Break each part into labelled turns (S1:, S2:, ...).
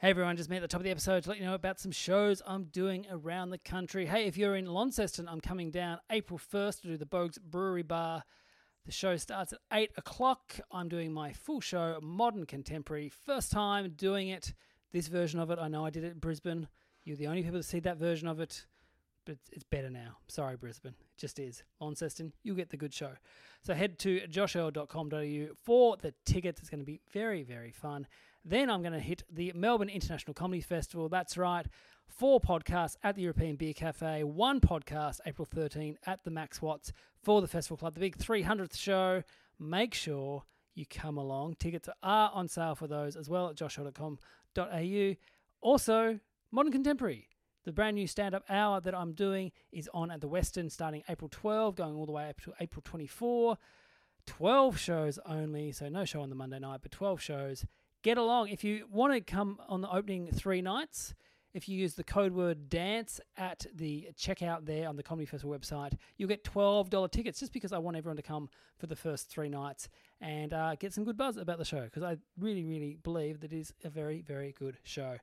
S1: Hey everyone, just me at the top of the episode to let you know about some shows I'm doing around the country. Hey, if you're in Launceston, I'm coming down April 1st to do the Bogues Brewery Bar. The show starts at 8 o'clock. I'm doing my full show, Modern Contemporary. First time doing it, this version of it. I know I did it in Brisbane. You're the only people to see that version of it, but it's- it's better now. Sorry, Brisbane. It just is. Launceston, you'll get the good show. So head to joshel.com.au for the tickets. It's going to be very, very fun. Then I'm going to hit the Melbourne International Comedy Festival. That's right. Four podcasts at the European Beer Cafe, one podcast April 13 at the Max Watts for the Festival Club, the big 300th show. Make sure you come along. Tickets are on sale for those as well at joshua.com.au. Also, Modern Contemporary. The brand new stand up hour that I'm doing is on at the Western starting April 12, going all the way up to April 24. 12 shows only, so no show on the Monday night, but 12 shows. Get along. If you want to come on the opening three nights, if you use the code word dance at the checkout there on the Comedy Festival website, you'll get $12 tickets just because I want everyone to come for the first three nights and uh, get some good buzz about the show because I really, really believe that it is a very, very good show.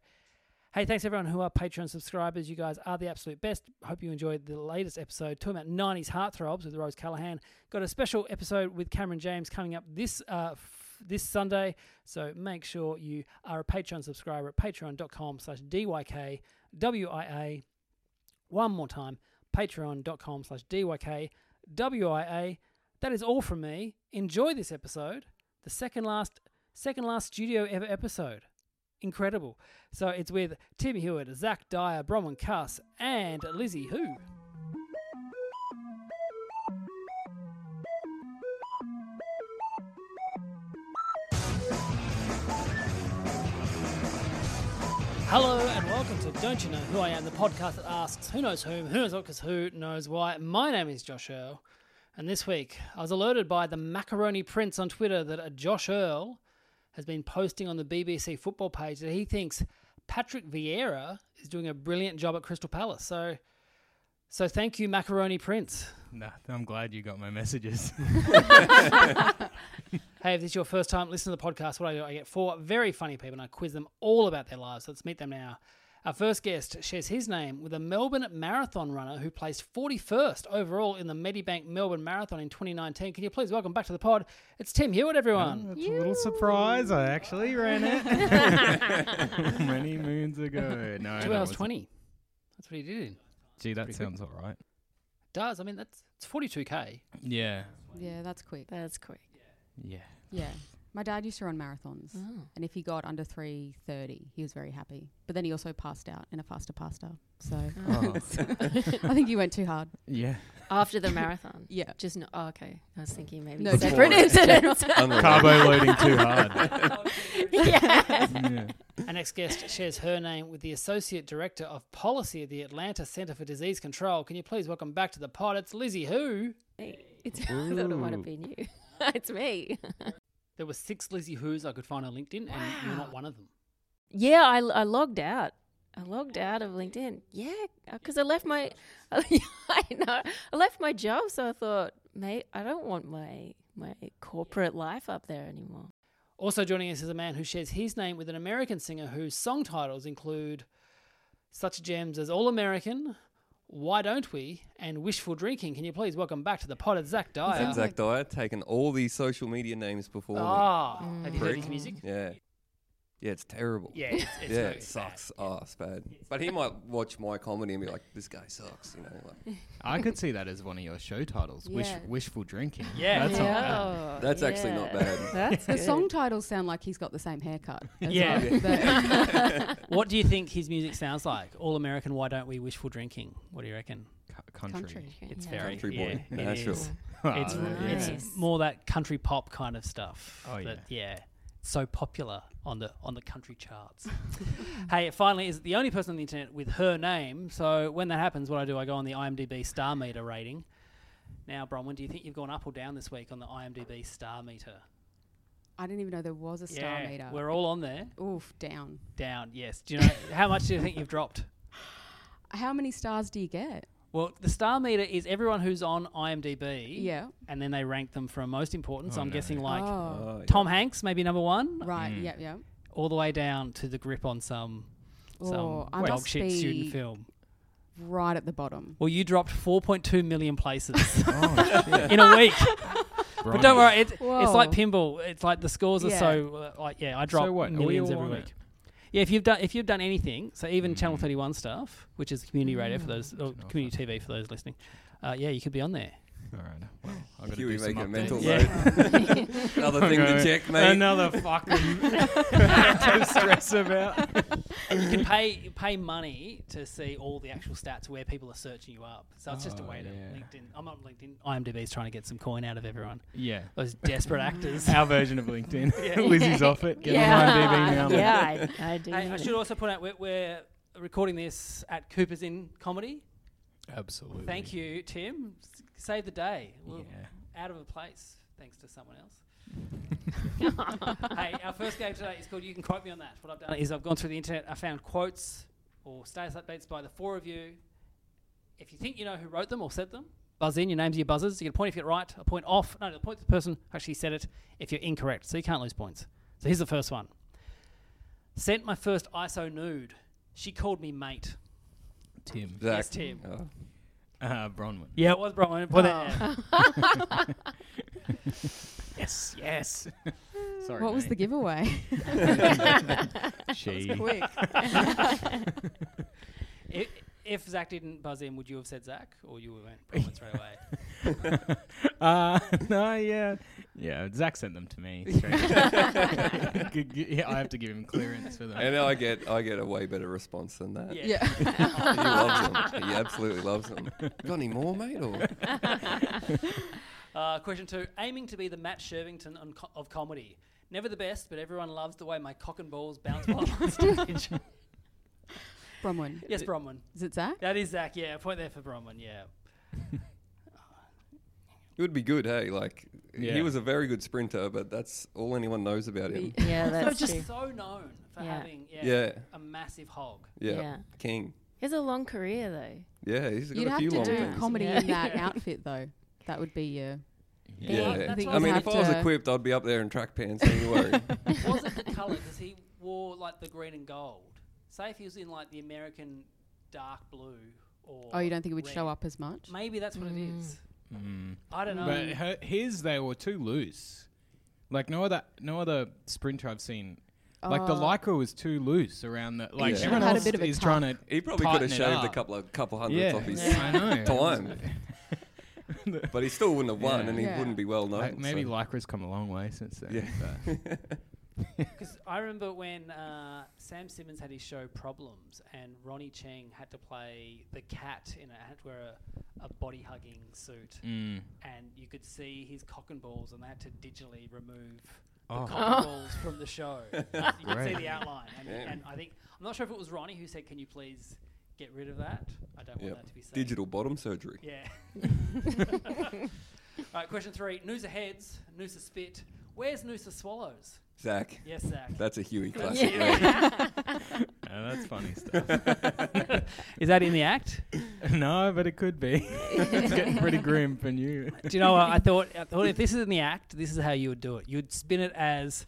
S1: Hey, thanks everyone who are Patreon subscribers. You guys are the absolute best. Hope you enjoyed the latest episode talking about 90s heartthrobs with Rose Callahan. Got a special episode with Cameron James coming up this uh, f- this Sunday. So make sure you are a Patreon subscriber at patreon.com slash DYKWIA. One more time, patreon.com slash DYKWIA. That is all from me. Enjoy this episode, the second last second last studio ever episode incredible. So it's with Tim Hewitt, Zach Dyer, Bronwyn Cuss, and Lizzie Who. Hello and welcome to Don't You Know Who I Am, the podcast that asks who knows whom, who knows what, because who knows why. My name is Josh Earl, and this week I was alerted by the Macaroni Prince on Twitter that a Josh Earl has been posting on the BBC football page that he thinks Patrick Vieira is doing a brilliant job at Crystal Palace. So, so thank you, Macaroni Prince.
S2: Nah, I'm glad you got my messages.
S1: Hey, if this is your first time listening to the podcast, what I do, I get four very funny people and I quiz them all about their lives. Let's meet them now. Our first guest shares his name with a Melbourne marathon runner who placed 41st overall in the Medibank Melbourne Marathon in 2019. Can you please welcome back to the pod? It's Tim Hewitt, everyone.
S2: That's a little surprise. I actually ran it many moons ago. No,
S1: Two
S2: no,
S1: hours
S2: it wasn't.
S1: 20. That's what he did in.
S2: Gee, that sounds all right.
S1: Does. I mean, that's it's 42K.
S2: Yeah,
S3: Yeah, that's quick.
S4: That's quick.
S2: yeah.
S3: Yeah. My dad used to run marathons,
S4: Uh-huh. Oh.
S3: and if he got under three thirty, he was very happy. But then he also passed out in a faster pasta. So
S2: Oh,
S3: I think he went too hard.
S2: yeah.
S4: After the marathon.
S3: Yeah.
S4: Just no, oh, okay. I was thinking maybe
S3: No,
S4: separate incidents.
S2: Carbo loading too hard.
S4: yeah.
S2: Yeah.
S1: Our next guest shares her name with the Associate Director of Policy at the Atlanta Center for Disease Control. Can you please welcome back to the pod? It's Lizzie Who.
S4: It's, I thought it might have been you. it's me.
S1: There were six Lizzie Who's I could find on LinkedIn, and you're not one of them.
S4: Yeah, I, I logged out. I logged out of LinkedIn. Yeah, because I left my, I know, I left my job, so I thought, mate, I don't want my my corporate life up there anymore.
S1: Also joining us is a man who shares his name with an American singer whose song titles include such gems as All American, Why Don't We, and Wishful Drinking. Can you please welcome back to the pod? It's Zach Dyer.
S5: And Zach Dyer eh. taken all the social media names before me.
S1: Ah, have you heard
S5: Prick.
S1: his music?
S5: Mm. Yeah. Yeah, it's terrible.
S1: Yeah, it's, it's
S5: yeah,
S1: very
S5: it
S1: bad.
S5: sucks ass bad. But he might watch my comedy and be like, "This guy sucks," you know. Like,
S2: I could see that as one of your show titles. Wish,
S4: Yeah.
S2: wishful drinking.
S1: Yeah.
S2: that's not bad.
S4: Oh,
S5: That's actually not
S4: yeah.
S5: bad.
S4: That's
S3: The
S4: good.
S3: song titles sound like he's got the same haircut. as
S1: Yeah.
S3: well, but-
S1: What do you think his music sounds like? All American, why don't we wishful drinking? What do you reckon?
S2: C- country.
S3: Country.
S1: It's
S4: Yeah.
S1: very
S5: Country boy,
S1: yeah, it
S5: Nashville.
S1: is.
S2: Ah,
S1: It's,
S2: there you
S1: it's
S2: go.
S4: Nice.
S1: more that country pop kind of stuff.
S2: Oh,
S1: that- yeah. so popular on the on the country charts. hey, it finally is the only person on the internet with her name. So when that happens, what I do, I go on the IMDb star meter rating. Now, Bronwyn, do you think you've gone up or down this week on the IMDb star meter?
S3: I didn't even know there was a star meter.
S1: We're all on there.
S3: Oof, down.
S1: Down, yes. Do you know how much do you think you've dropped?
S3: How many stars do you get?
S1: Well, the star meter is everyone who's on IMDb.
S3: Yeah.
S1: And then they rank them from most important. so
S2: Oh,
S1: I'm
S2: no.
S1: guessing like
S3: oh,
S5: Oh, yeah.
S1: Tom Hanks, maybe number one,
S3: right.
S2: Mm.
S3: Yep, yep.
S1: all the way down to the grip on some some
S3: Oh, I
S1: dog
S3: must
S1: shit student
S3: be-
S1: film.
S3: Right at the bottom.
S1: Well, you dropped 4.2 million places
S2: Oh, shit.
S1: in a week. but don't
S2: Blimey.
S1: worry, it, it's
S3: Whoa.
S1: like pinball. It's like the scores are
S3: Yeah.
S1: so uh, like yeah. I drop
S2: So what? Are we
S1: millions
S2: all
S1: every
S2: on
S1: week.
S2: it?
S1: Yeah, if you've done if you've done anything, so even Channel
S2: Mm.
S1: 31 stuff, which is community radio for those or
S2: know
S1: community TV for those listening. Uh, yeah, you could be on there.
S2: All right. Well, I've got to
S5: Huey
S2: do some
S5: making
S2: updates.
S5: a mental
S1: Yeah.
S5: note. Another thing to
S2: Okay.
S5: check, mate.
S2: Another fucking to stress about.
S1: And you can pay pay money to see all the actual stats where people are searching you up. So it's just a
S2: Oh,
S1: way to
S2: yeah.
S1: LinkedIn. I'm not LinkedIn. IMDb's trying to get some coin out of everyone.
S2: Yeah.
S1: Those desperate actors.
S2: Our version of LinkedIn. Lizzie's off it. Get on IMDb now.
S4: yeah, I, I do.
S1: Hey, I
S4: need
S1: should
S4: it.
S1: also point out we're, we're recording this at Cooper's Inn Comedy.
S2: Absolutely.
S1: Thank you, Tim. S- Save the day. We're
S2: Yeah.
S1: out of a place thanks to someone else. hey, our first game today is called You Can Quote Me on That. What I've done is I've gone through the internet, I found quotes or status updates by the four of you. If you think you know who wrote them or said them, buzz in, your names are your buzzers. You get a point if you get it right, a point off. No, the point to the person who actually said it if you're incorrect. So you can't lose points. So here's the first one. Sent my first ISO nude. She called me mate.
S2: Tim.
S5: Zach.
S1: Yes, Tim.
S5: Oh.
S2: Uh, Bronwyn.
S1: Yeah, it was Bronwyn. Put that Oh.
S2: Yes, yes. Sorry.
S3: What was the giveaway?
S2: the she?
S3: Quick.
S1: if, if Zach didn't buzz in, would you have said Zach, or you would have went Bronwyn straight away?
S2: uh, no, yeah, yeah. Zach sent them to me. straight away. G- g- yeah, I have to give him clearance for them.
S5: And I get I get a way better response than that.
S1: Yeah.
S3: yeah.
S5: He loves them. He absolutely loves them. Got any more, mate? Or
S1: Uh, question two: Aiming to be the Matt Shervington on co- of comedy, never the best, but everyone loves the way my cock and balls bounce while on stage.
S3: Bronwyn.
S1: yes, Bronwyn.
S3: Is it Zach?
S1: That is Zach. Yeah, point there for Bronwyn. Yeah.
S5: it would be good, hey? Like
S2: Yeah.
S5: he was a very good sprinter, but that's all anyone knows about him.
S4: Yeah,
S1: So
S4: that's
S1: just
S4: true.
S1: so known for
S4: Yeah.
S1: having yeah,
S5: Yeah,
S1: a massive hog.
S5: yeah,
S4: Yeah.
S5: king.
S4: He has a long career though.
S5: Yeah, he's got
S3: You'd
S5: a
S3: have
S5: few
S3: to
S5: long
S3: do
S5: ones.
S3: comedy
S4: Yeah.
S3: in that
S1: Yeah.
S3: outfit, though. That would be your.
S5: Yeah,
S1: That's what
S5: I mean,
S1: I
S5: if
S3: was
S5: I was
S3: after.
S5: equipped, I'd be up there in track pants. Don't you worry.
S1: was it the colour? Because he wore like the green and gold. Say if he was in like the American dark blue or
S3: Oh, you don't think it would show
S1: red.
S3: up as much?
S1: Maybe that's what it is.
S2: Mm.
S1: I don't know.
S2: But her, his they were too loose. Like no other no other sprinter I've seen. Like the
S3: Oh.
S2: lycra was too loose around the. Like
S5: Yeah.
S2: everyone
S3: Had a
S2: else
S3: bit of a
S2: is
S3: tuck.
S2: trying to.
S5: He probably could have
S2: tighten it
S5: shaved a
S2: up.
S5: couple of couple hundred
S2: Yeah,
S5: off his
S2: I know.
S5: time, but he still wouldn't have won,
S2: Yeah.
S5: and he
S3: Yeah.
S5: wouldn't be well known.
S2: Like, maybe
S5: so.
S2: lycra's come a long way since then.
S5: Yeah.
S2: but-
S1: Because I remember when uh, Sam Simmons had his show Problems, and Ronnie Chang had to play the cat in it, had to wear a, a body hugging suit,
S2: Mm.
S1: and you could see his cock and balls, and they had to digitally remove
S2: Oh.
S1: the cock and balls from the show. you could see
S2: Great.
S1: the outline, and,
S5: Yeah.
S1: and I think I'm not sure if it was Ronnie who said, "Can you please get rid of that? I don't
S5: Yep.
S1: want that to be seen."
S5: digital bottom surgery.
S1: Yeah. right, question three: Noosa heads, Noosa spit. Where's Noosa swallows?
S5: Zach,
S1: Yes, Zach.
S5: that's a Huey
S1: That's
S5: classic.
S1: it.
S5: mate.
S2: Yeah, that's funny stuff.
S1: Is that in the act?
S2: no, but it could be. it's getting pretty grim for you.
S1: Do you know what I thought? I thought if this is in the act, this is how you would do it. You'd spin it as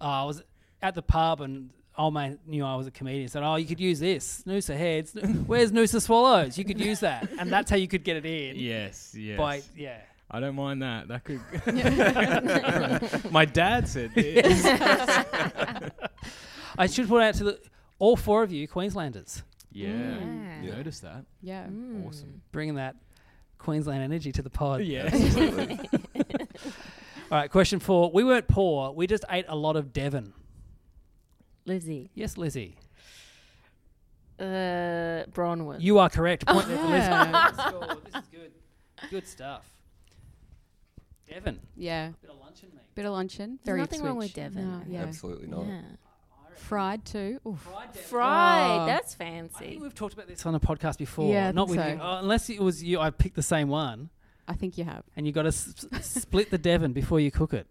S1: uh, I was at the pub and oh, old mate knew I was a comedian. Said, "Oh, you could use this Noosa heads. Where's Noosa swallows? You could use that, and that's how you could get it in."
S2: Yes, yes.
S1: By yeah.
S2: I don't mind that. That could. My dad said this.
S1: I should point out to the all four of you Queenslanders
S2: Yeah.
S4: Yeah.
S5: Yeah.
S2: Notice that.
S3: Yeah.
S4: Mm.
S2: Awesome.
S1: bringing that Queensland energy to the pod.
S2: Yeah.
S5: Absolutely.
S1: All right. Question four. We weren't poor. We just ate a lot of Devon.
S4: Lizzie,
S1: Yes, Lizzie.
S4: uh, Bronwyn.
S1: You
S3: Oh,
S1: are correct. Point there for Lizzie.
S3: Yeah.
S1: Good score. This is good. Good stuff. Devon.
S3: Yeah.
S1: Bit of luncheon meat.
S3: Bit of luncheon.
S4: There's
S3: very
S4: nothing wrong with
S3: Ipswich.
S4: Devon.
S3: No, yeah.
S5: Absolutely not.
S4: Yeah.
S3: Fried too. Oof.
S1: Fried Devon.
S4: Fried.
S3: Oh.
S4: That's
S1: I think
S4: fancy.
S1: we've talked about this on a podcast before.
S3: Yeah, I
S1: not
S3: think
S1: with
S3: so.
S1: you. Uh, unless it was you, I picked the same one,
S3: I think you have.
S1: and you got to s- s- split the Devon before you cook it.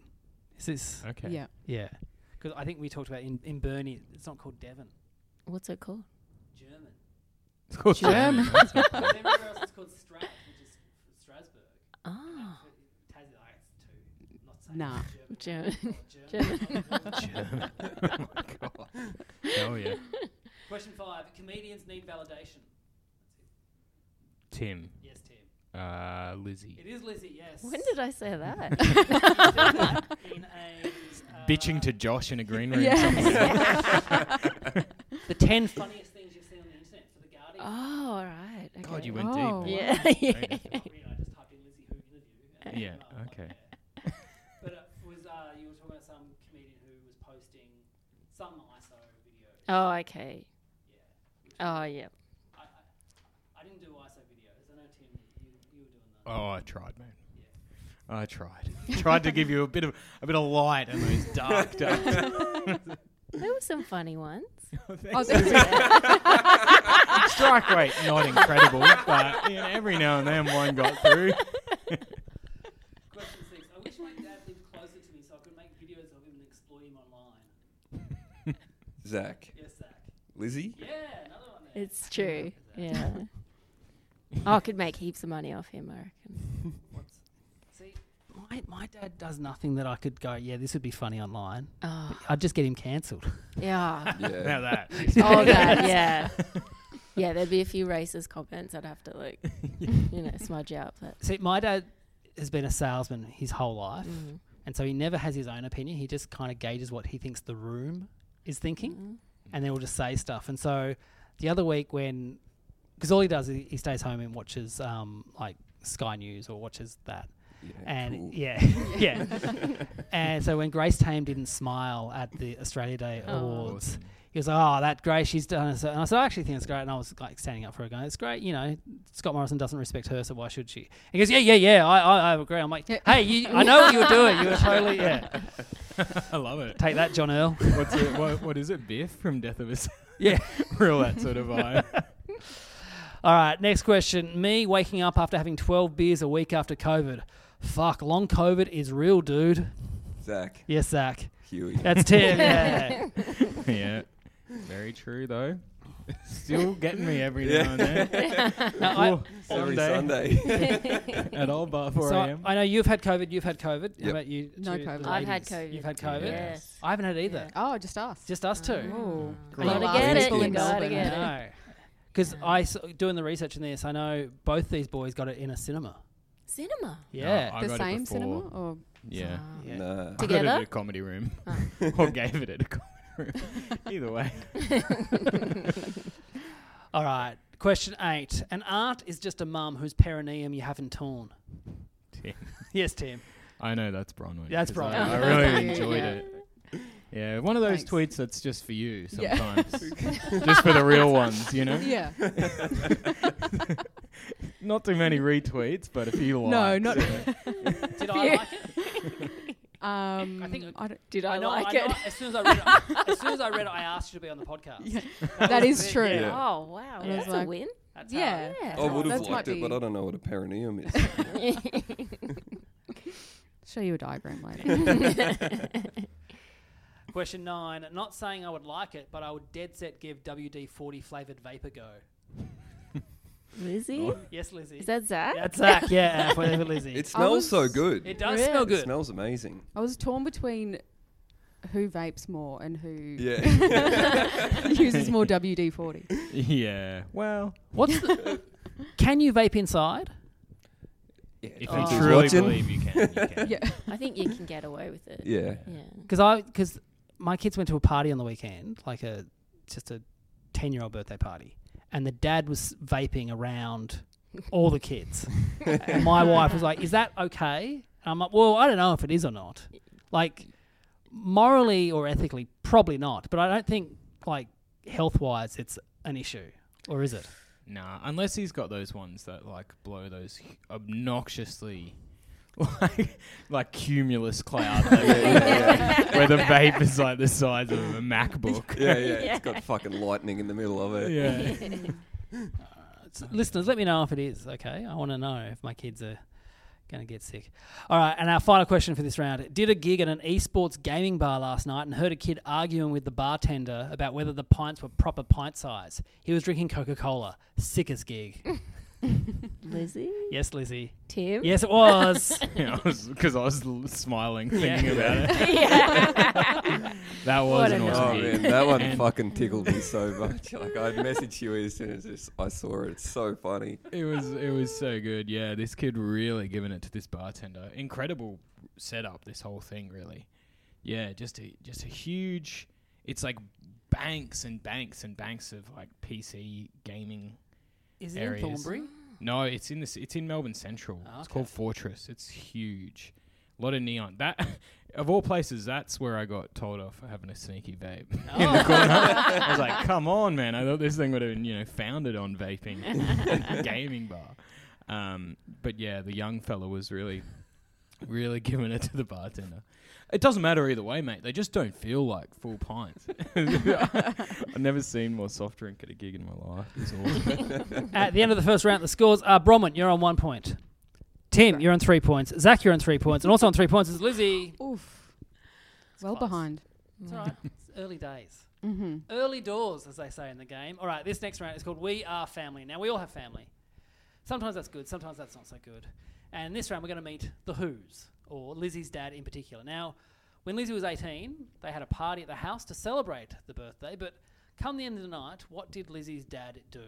S1: Is this?
S2: Okay.
S3: Yeah.
S1: Yeah, because I think we talked about in in Burnie, it's not called Devon.
S4: What's it called?
S1: German.
S2: It's called
S3: German.
S1: Everywhere else it's called Strat, which is Strasbourg.
S4: Ah,
S1: Tassie, I- it's two. Not saying
S3: Nah.
S1: it's German.
S4: German.
S1: German.
S4: German.
S2: German. oh my god. Hell yeah.
S1: Question five: Comedians need validation.
S2: Tim.
S1: Yes, Tim.
S2: Uh, Lizzie.
S1: It is Lizzie. Yes.
S4: when did I say that?
S1: in a, uh,
S2: Bitching to Josh in a green room.
S1: the ten funniest things you've seen on the internet for the Guardian.
S4: oh, all right. Okay.
S2: God, you went
S3: Oh.
S2: deep.
S4: Yeah. yeah.
S1: It's not real, I just typed in Lizzie Who interview. and it
S2: Yeah,
S1: came up, like,
S2: okay.
S1: yeah. But it was uh, you were talking about some comedian who was posting some ISO video.
S4: Oh, okay. Oh, yeah.
S1: I, I, I didn't do ISO videos. I know Tim, you, you were doing that.
S2: Oh, I tried, man. I tried. tried to give you a bit of a bit of light in those dark, dark.
S4: There were some funny ones.
S3: Oh, that's-
S2: Strike rate not incredible, but you know, every now and then one got through.
S1: Question six. I wish my dad lived closer to me so I could make videos of him and exploit him online.
S5: Zach,
S1: Yes, Zach.
S5: Lizzie,
S1: Yeah, another one there.
S4: It's true. Yeah. oh, I could make heaps of money off him, I reckon.
S1: What's, see, my, my dad does nothing that I could go, yeah, this would be funny online.
S4: Oh,
S1: I'd just get him cancelled.
S4: yeah.
S2: Now
S5: yeah,
S2: that.
S4: All that, yeah. Yeah, there'd be a few racist comments I'd have to, like, you know, smudge out. But
S1: See, my dad has been a salesman his whole life, and so he never has his own opinion. He just kind of gauges what he thinks the room is thinking, and then will just say stuff. And so the other week when, because all he does is he stays home and watches um, like Sky News or watches that. And
S5: cool.
S1: yeah, yeah. and so when Grace Tame didn't smile at the Australia Day Awards, he was like, "Oh, that Grace, she's done." it." So, and I said, "I actually think it's great." And I was like standing up for her, going, "It's great, you know." Scott Morrison doesn't respect her, so why should she? He goes, "Yeah, yeah, yeah, I, I, I agree." I'm like,
S3: Yeah.
S1: "Hey, you, I know what you were doing. You were totally yeah."
S2: I love it.
S1: Take that, John Earl.
S2: What's it? What, what is it? Biff from Death of a S-
S1: yeah.
S2: Real that sort of vibe.
S1: All right, next question. Me waking up after having 12 beers a week after COVID. Fuck, long COVID is real, dude.
S5: Zach,
S1: Yes, Zach.
S5: Huey.
S1: That's Tim. yeah.
S2: yeah. Very true though. Still getting me every now and then.
S1: Now, I-
S2: Oh,
S5: Sorry,
S2: Sunday.
S5: Sunday.
S2: At all bar 4
S1: so
S2: a.m.
S1: I know you've had COVID. You've had COVID. How
S5: Yep.
S1: about you?
S3: No
S1: two
S3: COVID.
S4: I've had
S1: ladies?
S4: COVID.
S1: You've had COVID.
S2: Yeah.
S4: Yes.
S1: I haven't had either.
S4: Yeah.
S3: oh, just us.
S1: Just us two.
S3: Oh.
S4: Gotta
S5: Last
S4: get it.
S5: people
S4: You
S5: in
S4: gotta
S3: Melbourne.
S4: get it.
S1: No, because I s- doing the research in this. I know both these boys got it in a cinema.
S4: Cinema.
S1: Yeah.
S2: I
S3: the
S2: got it
S3: same
S2: before.
S3: cinema or
S2: Yeah.
S1: Yeah.
S5: Nah.
S2: I got it at
S4: Together?
S2: a comedy room.
S3: Oh.
S2: or gave it at a comedy room. Either way.
S1: All right. Question eight. An aunt is just a mum whose perineum you haven't torn.
S2: Tim.
S1: Yes, Tim.
S2: I know that's Bronwyn.
S1: Yeah, that's
S2: 'cause
S1: Bronwyn.
S2: I, I
S3: That's
S2: really
S3: you,
S2: enjoyed
S3: yeah.
S2: it. Yeah, one of those
S3: Thanks.
S2: tweets that's just for you
S3: Yeah.
S2: sometimes. just for the real ones, you know?
S3: yeah.
S2: Not too many retweets, but a few likes.
S3: No, not.
S1: Did I like it?
S3: Um,
S1: I
S3: I
S1: think
S3: think
S1: it-
S3: I don't,
S4: Did I,
S1: know-
S4: like
S1: know-
S4: it?
S1: As soon as I read it, as soon as I read it, I asked you to be on the podcast.
S3: that is
S1: Yeah.
S3: true.
S5: Yeah.
S4: Oh, wow.
S3: And I was
S4: That's a
S3: like-
S4: win.
S1: That's how-
S3: Yeah.
S4: Yeah.
S5: I would have
S3: That's
S5: liked
S3: might
S5: it, but
S3: be-
S5: I don't know what a perineum is.
S3: Show you a diagram later.
S1: Question nine. Not saying I would like it, but I would dead set give WD forty flavored vapor go.
S4: Lizzie?
S1: Yes, Lizzie.
S4: Is that Zach?
S1: That's Zach. Yeah, flavored Lizzie.
S5: it
S3: I
S5: smells so
S3: was-
S5: good.
S1: it does smell
S4: Really?
S5: It
S1: good.
S5: smells amazing.
S3: I was torn between who vapes more and who
S5: Yeah.
S3: uses more WD forty.
S2: Yeah. Well,
S1: What's the, can you vape inside?
S2: if
S5: Oh.
S2: you
S5: He's
S2: truly
S5: watching.
S2: believe you can, you can.
S3: Yeah.
S4: I think you can get away with it.
S5: Yeah.
S4: Yeah.
S1: Because I because my kids went to a party on the weekend, like a just a ten year old birthday party, and the dad was vaping around all the kids. and my wife was like, "Is that okay?" And I'm like, "Well, I don't know if it is or not. Like, morally or ethically, probably not. But I don't think like health wise, it's an issue, or is it?
S2: Nah, unless he's got those ones that like blow those h- obnoxiously like like cumulus cloud, like, where the vapor's like the size of a MacBook.
S5: Yeah, yeah, It's got fucking lightning in the middle of it.
S2: Yeah.
S1: S- listeners, let me know if it is, okay? I want to know if my kids are going to get sick. All right, and our final question for this round. Did a gig at an esports gaming bar last night and heard a kid arguing with the bartender about whether the pints were proper pint size. He was drinking Coca Cola. Sickest gig.
S4: Lizzie,
S1: yes, Lizzie.
S4: Tim.
S1: Yes, it was.
S2: Because I was l- smiling
S1: Yeah.
S2: thinking about it. That was
S4: What
S2: an
S4: a
S2: awesome
S5: Oh
S4: Yeah.
S5: man, that one fucking tickled me so much. Like I messaged you as soon as this- I saw it. It's so funny.
S2: It was it was so good. Yeah, this kid really giving it to this bartender. Incredible setup. This whole thing really. Yeah, just a just a huge. It's like banks and banks and banks of like PC gaming.
S1: is it in
S2: Areas.
S1: Thornbury?
S2: No, it's in this. It's in Melbourne Central.
S1: Ah,
S2: It's
S1: okay.
S2: called Fortress. It's huge. A lot of neon. That of all places, that's where I got told off for having a sneaky vape in
S1: Oh.
S2: the corner. I was like, "Come on, man! I thought this thing would have been, you know, founded on vaping, gaming bar." Um, but yeah, the young fella was really, really giving it to the bartender. It doesn't matter either way, mate. They just don't feel like full pints. I've never seen more soft drink at a gig in my life. It's awesome.
S1: At the end of the first round, the scores are Bronwyn, you're on one point. Tim, you're on three points. Zach, you're on three points. And also on three points is Lizzie.
S3: Oof. well
S1: close.
S3: behind.
S1: It's all right. It's early days. Early doors, as they say in the game. All right, this next round is called We Are Family. Now, we all have family. Sometimes that's good, sometimes that's not so good. And this round, we're going to meet the Who's, or Lizzie's dad in particular. Now, when Lizzie was 18, they had a party at the house to celebrate the birthday, but come the end of the night, what did Lizzie's dad do?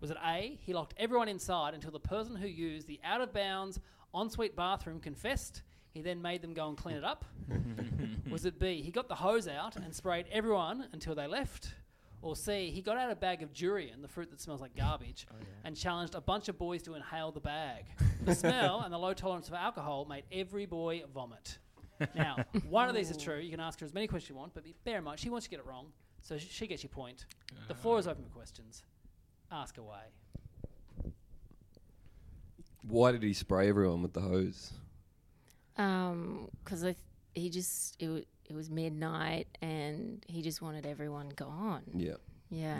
S1: Was it A, he locked everyone inside until the person who used the out of bounds ensuite bathroom confessed? He then made them go and clean it up.
S2: Hmm.
S1: Was it B, he got the hose out and sprayed everyone until they left? Or C, he got out a bag of durian, the fruit that smells like garbage,
S2: Oh,
S1: and challenged a bunch of boys to inhale the bag. The smell and the low tolerance for alcohol made every boy vomit. Now, one of these is true. You can ask her as many questions you want, but be- bear in mind, she wants you to get it wrong, so sh- she gets your point.
S2: Uh,
S1: The floor is open for questions. Ask away.
S5: Why did he spray everyone with the hose?
S4: Um, because he just it, wa- it was midnight and he just wanted everyone gone.
S5: Yeah.
S4: Yeah.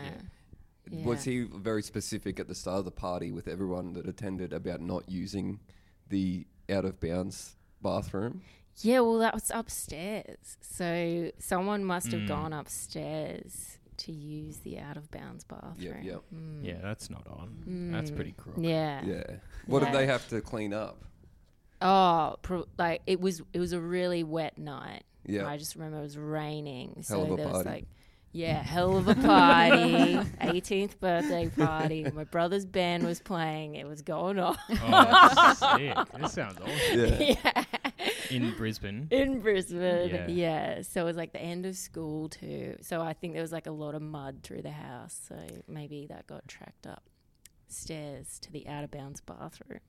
S4: Yeah.
S5: Was he very specific at the start of the party with everyone that attended about not using the out of bounds bathroom?
S4: Yeah, well, that was upstairs. So someone must
S5: Mm.
S4: have gone upstairs to use the out of bounds bathroom.
S5: Yeah, yeah,
S2: yeah, that's not on. That's pretty crook.
S4: Mm. Yeah.
S5: yeah. What
S4: Yeah.
S5: did they have to clean up?
S4: Oh, pro- like it was it was a really wet night.
S5: Yeah.
S4: I just remember it was raining. so
S5: Hell of a
S4: there was
S5: party.
S4: like yeah, hell of a party. 18th birthday party. My brother's band was playing. It was going on.
S2: Oh, sick. This sounds awesome.
S5: Yeah,
S4: yeah.
S2: In Brisbane.
S4: In Brisbane.
S2: Yeah.
S4: Yeah. So it was like the end of school too. So I think there was like a lot of mud through the house. So maybe that got tracked up stairs to the out of bounds bathroom.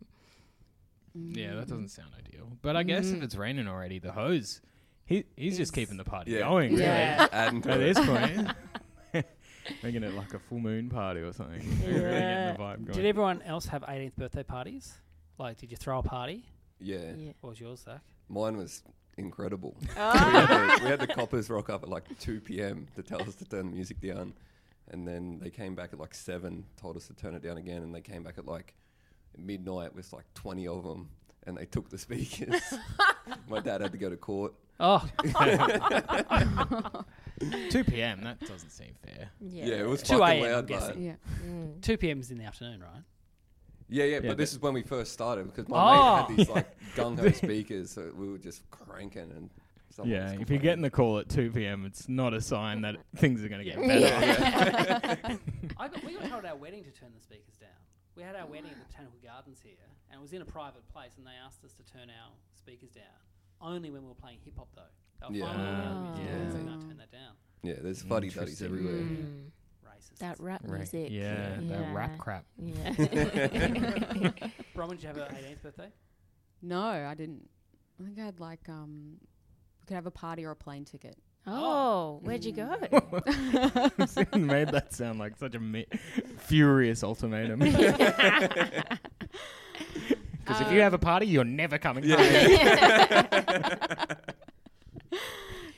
S2: Yeah, that doesn't sound ideal. But I guess if it's raining already, the hose, he, he's just keeping the party
S5: Yeah.
S2: going, really.
S4: Yeah.
S5: adding to
S2: At
S5: it.
S2: this point. Making it like a full moon party or something. Really getting the vibe
S1: Did
S2: going.
S1: everyone else have 18th birthday parties? Like, did you throw a party?
S5: Yeah,
S4: Yeah.
S1: What was yours, Zach?
S5: mine was incredible. we, had the, we had the coppers rock up at like 2 p.m. to tell us to turn the music down, and then they came back at like seven, told us to turn it down again, and they came back at like midnight with like 20 of them, and they took the speakers. My dad had to go to court.
S1: Oh,
S2: 2 p.m. That doesn't seem fair.
S4: Yeah.
S5: Yeah, it was
S1: 2
S5: fucking
S1: a.m., I'm
S5: loud,
S1: guessing.
S5: but
S3: Yeah.
S1: 2 p.m. is in the afternoon, right?
S5: Yeah, yeah,
S2: Yeah,
S5: but this
S2: but-
S5: is when we first started because my
S1: Oh.
S5: mate had these like gung ho speakers, so we were just cranking and. someone was
S2: yeah, if you're getting
S5: complaining.
S2: the call at 2 p.m., it's not a sign that things are going to get better.
S1: I got, we got told at our wedding to turn the speakers down. We had our wedding at the Botanical Gardens here, and it was in a private place, and they asked us to turn our speakers down. Only when we were playing hip hop, though. They were
S5: Yeah.
S1: finally allowing us to
S5: Yeah.
S1: turn that- turn that down.
S5: yeah, there's fuddy duddies
S2: Interesting.
S5: everywhere.
S1: Racist.
S4: Mm. That rap
S2: Mm. Right.
S4: music.
S2: Yeah, that
S4: Yeah.
S2: rap crap.
S4: Yeah.
S1: Bronwyn, did you have an 18th birthday?
S3: No, I didn't. I think I had like um, we could have a party or a plane ticket.
S4: oh, where'd you go?
S2: made that sound like such a mi- furious ultimatum. Because
S4: Uh,
S2: if you have a party, you're never coming.
S5: Yeah.
S2: home.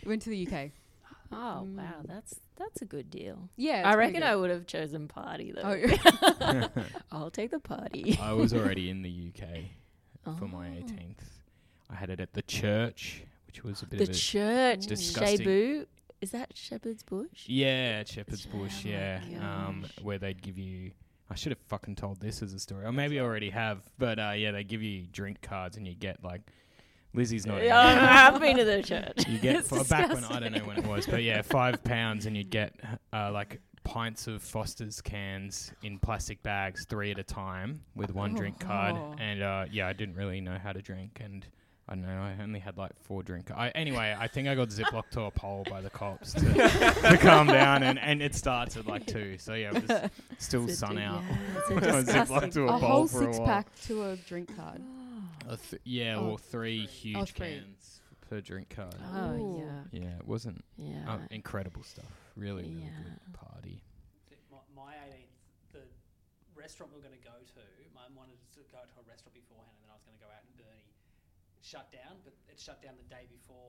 S3: We went to the UK.
S4: Oh
S2: Mm.
S4: wow, that's that's a good deal.
S3: Yeah, it's
S4: I
S3: pretty
S4: reckon
S3: good. Oh,
S4: I would have chosen party though.
S5: Oh,
S4: I'll take the party.
S2: I was already in the UK for
S4: Oh.
S2: my 18th. I had it at the church, which was a bit
S4: The
S2: of a
S4: church,
S2: disgusting.
S4: Shabu. Is that Shepherd's Bush?
S2: yeah, at Shepherd's Bush,
S4: Oh my
S2: yeah, um,
S4: gosh.
S2: where they'd give you. I should have fucking told this as a story, or maybe I already have. But uh, yeah, they give you drink cards, and you get like Lizzie's not. in
S4: Yeah, I've been to the church.
S2: You get
S4: It's
S2: for, back when I
S4: disgusting.
S2: don't know when it was, but yeah, five pounds, and you'd get uh, like pints of Foster's cans in plastic bags, three at a time, with one drink card.
S3: Oh.
S2: And uh, yeah, I didn't really know how to drink, and I don't know I only had like four drink. I, anyway, I think I got ziplocked to a pole by the cops to, to calm down, and, and it starts at like two. So yeah, it was still
S4: It's a
S2: sun
S4: di-
S2: out.
S4: yeah, it's a
S2: I was
S4: disgusting-
S2: ziplocked to a,
S3: a
S2: pole
S3: whole
S2: for
S3: six
S2: a while.
S3: pack to a drink card.
S2: A th- yeah, or
S3: Oh,
S2: three huge
S3: three.
S2: cans per drink card.
S4: Oh
S3: Ooh.
S4: yeah,
S2: Yeah, it wasn't.
S4: yeah.
S2: Oh, incredible stuff. Really, really
S4: Uh, Yeah.
S2: good party.
S1: my, my 18th, the restaurant we were going to go to, mum wanted us to go to a restaurant beforehand, and then I was going to go out in Burnie. Shut down, but it shut down the day before.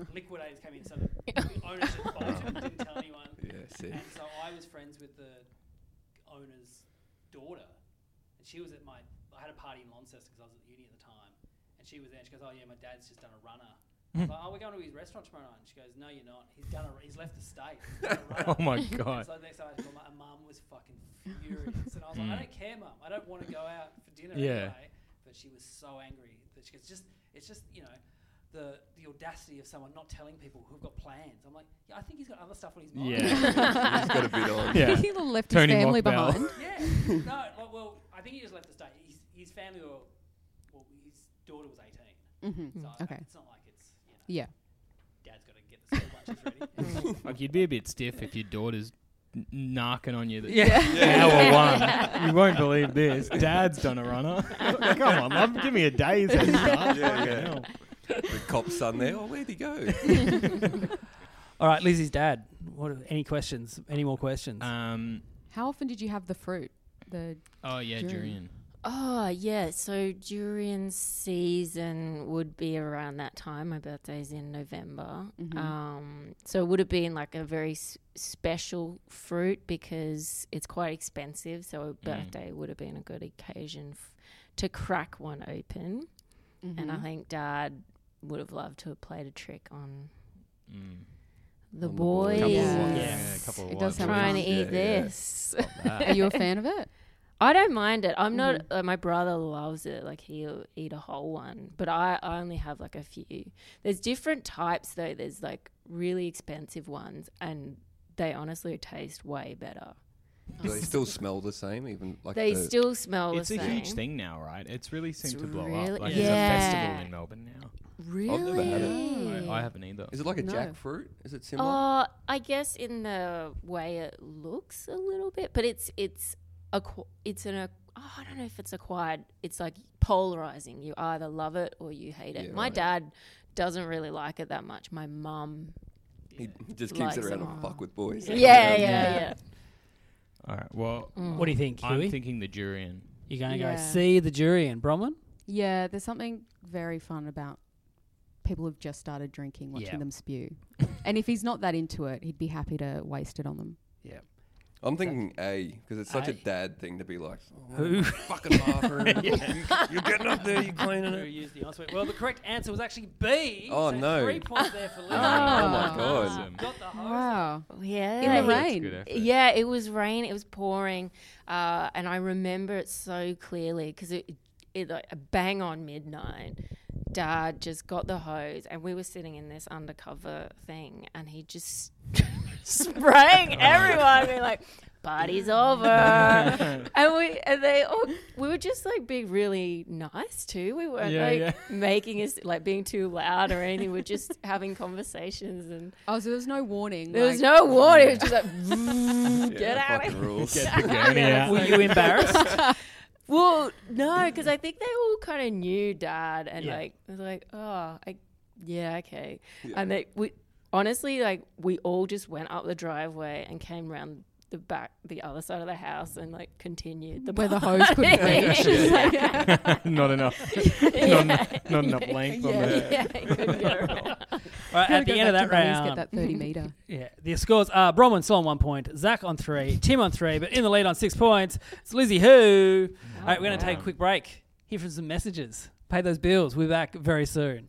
S1: The liquidators came in, so the the ownership bought it, didn't tell anyone.
S5: Yeah, sick.
S1: And so I was friends with the owner's daughter, and she was at my. I had a party in Launceston because I was at uni at the time, and she was there. And she goes, "Oh yeah, my dad's just done a runner." I was like, oh, we're going to his restaurant tomorrow night. And she goes, "No, you're not. He's done. A, he's left the state." He's done a runner."
S2: Oh my
S1: And
S2: god.
S1: so the next time I saw my mum was fucking furious, and I was like, I don't care, mum. I don't want to go out for dinner
S2: Yeah.
S1: anyway. But she was so angry that she goes, just it's just you know. The, the audacity of someone not telling people who've got plans. I'm like, yeah, I think he's got other stuff on his mind.
S2: Yeah.
S5: He's got a bit on.
S2: Yeah.
S3: he left
S2: Tony
S3: his family
S2: Mockbell.
S3: behind.
S1: Yeah. no, well, well, I think he just left the state. His, his family were, well, his daughter was 18. Mm-hmm. So I-
S3: okay.
S1: it's not like it's, you know,
S3: Yeah.
S1: dad's got to get the school lunches ready.
S2: Like you'd be a bit stiff if your daughter's n- narking on you. That yeah. Hour one. you won't believe this. Dad's done a runner. Come on, love. Give me a day's head start.
S5: Yeah,
S2: Fucking
S5: yeah.
S2: hell.
S5: The cop's son there. Oh, where'd he go?
S1: All right, Lizzie's dad. What? are- Any questions? Any more questions?
S2: Um.
S3: How often did you have the fruit? The
S2: Oh yeah,
S3: Durian.
S2: durian.
S4: Oh yeah, so durian season would be around that time. My birthday's in November, um, so would it be in like a very s- special fruit because it's quite expensive. So
S2: Mm.
S4: a birthday would have been a good occasion f- to crack one open,
S3: Mm-hmm.
S2: Mm-hmm.
S4: and I think Dad would have loved to have played a trick on
S2: Mm.
S4: the
S5: On the
S4: boys,
S5: boys.
S2: Couple
S3: Yes.
S2: of ones.
S3: Yes.
S2: Yeah, a couple of
S3: It does
S2: ones.
S3: sound
S4: trying to
S3: Yeah,
S4: eat
S5: yeah.
S4: this.
S3: are you a fan of it?
S4: I don't mind it. I'm not.
S2: Mm-hmm.
S4: Uh, my brother loves it. Like he'll eat a whole one, but I I only have like a few. There's different types though. There's like really expensive ones, and they honestly taste way better.
S5: Do they still smell the same, even like
S4: They
S5: the,
S4: still smell
S2: It's
S4: the
S2: a
S4: same.
S2: huge thing now, right? It's really seemed to blow
S4: really-
S2: up. Like
S4: Yeah.
S2: there's a festival in Melbourne now.
S5: never had it.
S4: Really?
S2: I, I haven't either.
S5: Is it like a
S3: No.
S5: jackfruit? Is it similar?
S4: Uh, I guess in the way it looks a little bit, but it's it's a it's an ac- oh, I don't know if it's acquired. It's like polarizing. You either love it or you hate it.
S5: Yeah,
S4: My
S5: right.
S4: dad doesn't really like it that much. My mum.
S5: He just
S4: Likes
S5: keeps it around
S4: them
S5: to
S4: all.
S5: fuck with boys.
S4: Yeah, yeah, yeah.
S2: All right. Well,
S1: what do you think, Huey?
S2: I'm thinking the durian.
S1: You're going to go
S3: Yeah.
S1: see the jury in Bromwell.
S3: Yeah, there's something very fun about people who've just started drinking, watching
S1: Yeah.
S3: them spew. and if he's not that into it, he'd be happy to waste it on them.
S1: Yeah.
S5: I'm thinking A because it's such a
S1: A?
S5: dad thing to be like, oh,
S1: Who?
S5: fucking bathroom. you, you're getting up there, you're cleaning
S1: Who
S5: it.
S1: used the answer? Well, the correct answer was actually B.
S5: Oh,
S1: so
S5: no.
S1: Three points there for Lizzie.
S5: Oh my
S3: Ah.
S5: god.
S1: Got the hose.
S3: Wow.
S4: Yeah.
S3: In the
S4: he-
S3: rain.
S2: Good effort.
S4: Yeah, it was rain. It was pouring, uh, and I remember it so clearly because it, it like a bang on midnight. Dad just got the hose, and we were sitting in this undercover thing, and he just spraying everyone, being like, "Party's over," and we and they all we were just like being really nice too. We weren't
S2: Yeah,
S4: like
S2: yeah.
S4: making us like being too loud or anything. We're just having conversations and.
S3: Oh, so there was no warning.
S4: There was
S3: like-
S4: no water. It was just like,
S5: Yeah,
S4: Get out of
S5: fucking rules.
S1: Were you embarrassed?
S4: well, no, because I think they all kind of knew Dad, and
S1: Yeah.
S4: like, it was like, oh, I, yeah, okay. And they, we honestly, like, we all just went up the driveway and came round the back, the other side of the house, and like continued the
S3: Where the hose couldn't
S4: party.
S3: reach. She's like, yeah.
S2: not enough. Not, not enough length on
S4: Yeah,
S2: the.
S4: yeah, it couldn't get around.
S1: All right,
S3: Gotta
S1: at
S3: go
S1: the end of
S3: back
S1: that
S3: to Mummies,
S1: round,
S3: Get that 30 meter.
S1: Yeah, the scores are Bronwyn still on one point, Zach on three, Tim on three, but in the lead on six points, it's Lizzie Who. All right, we're going to take a quick break, hear from some messages, pay those bills. We'll be back very soon.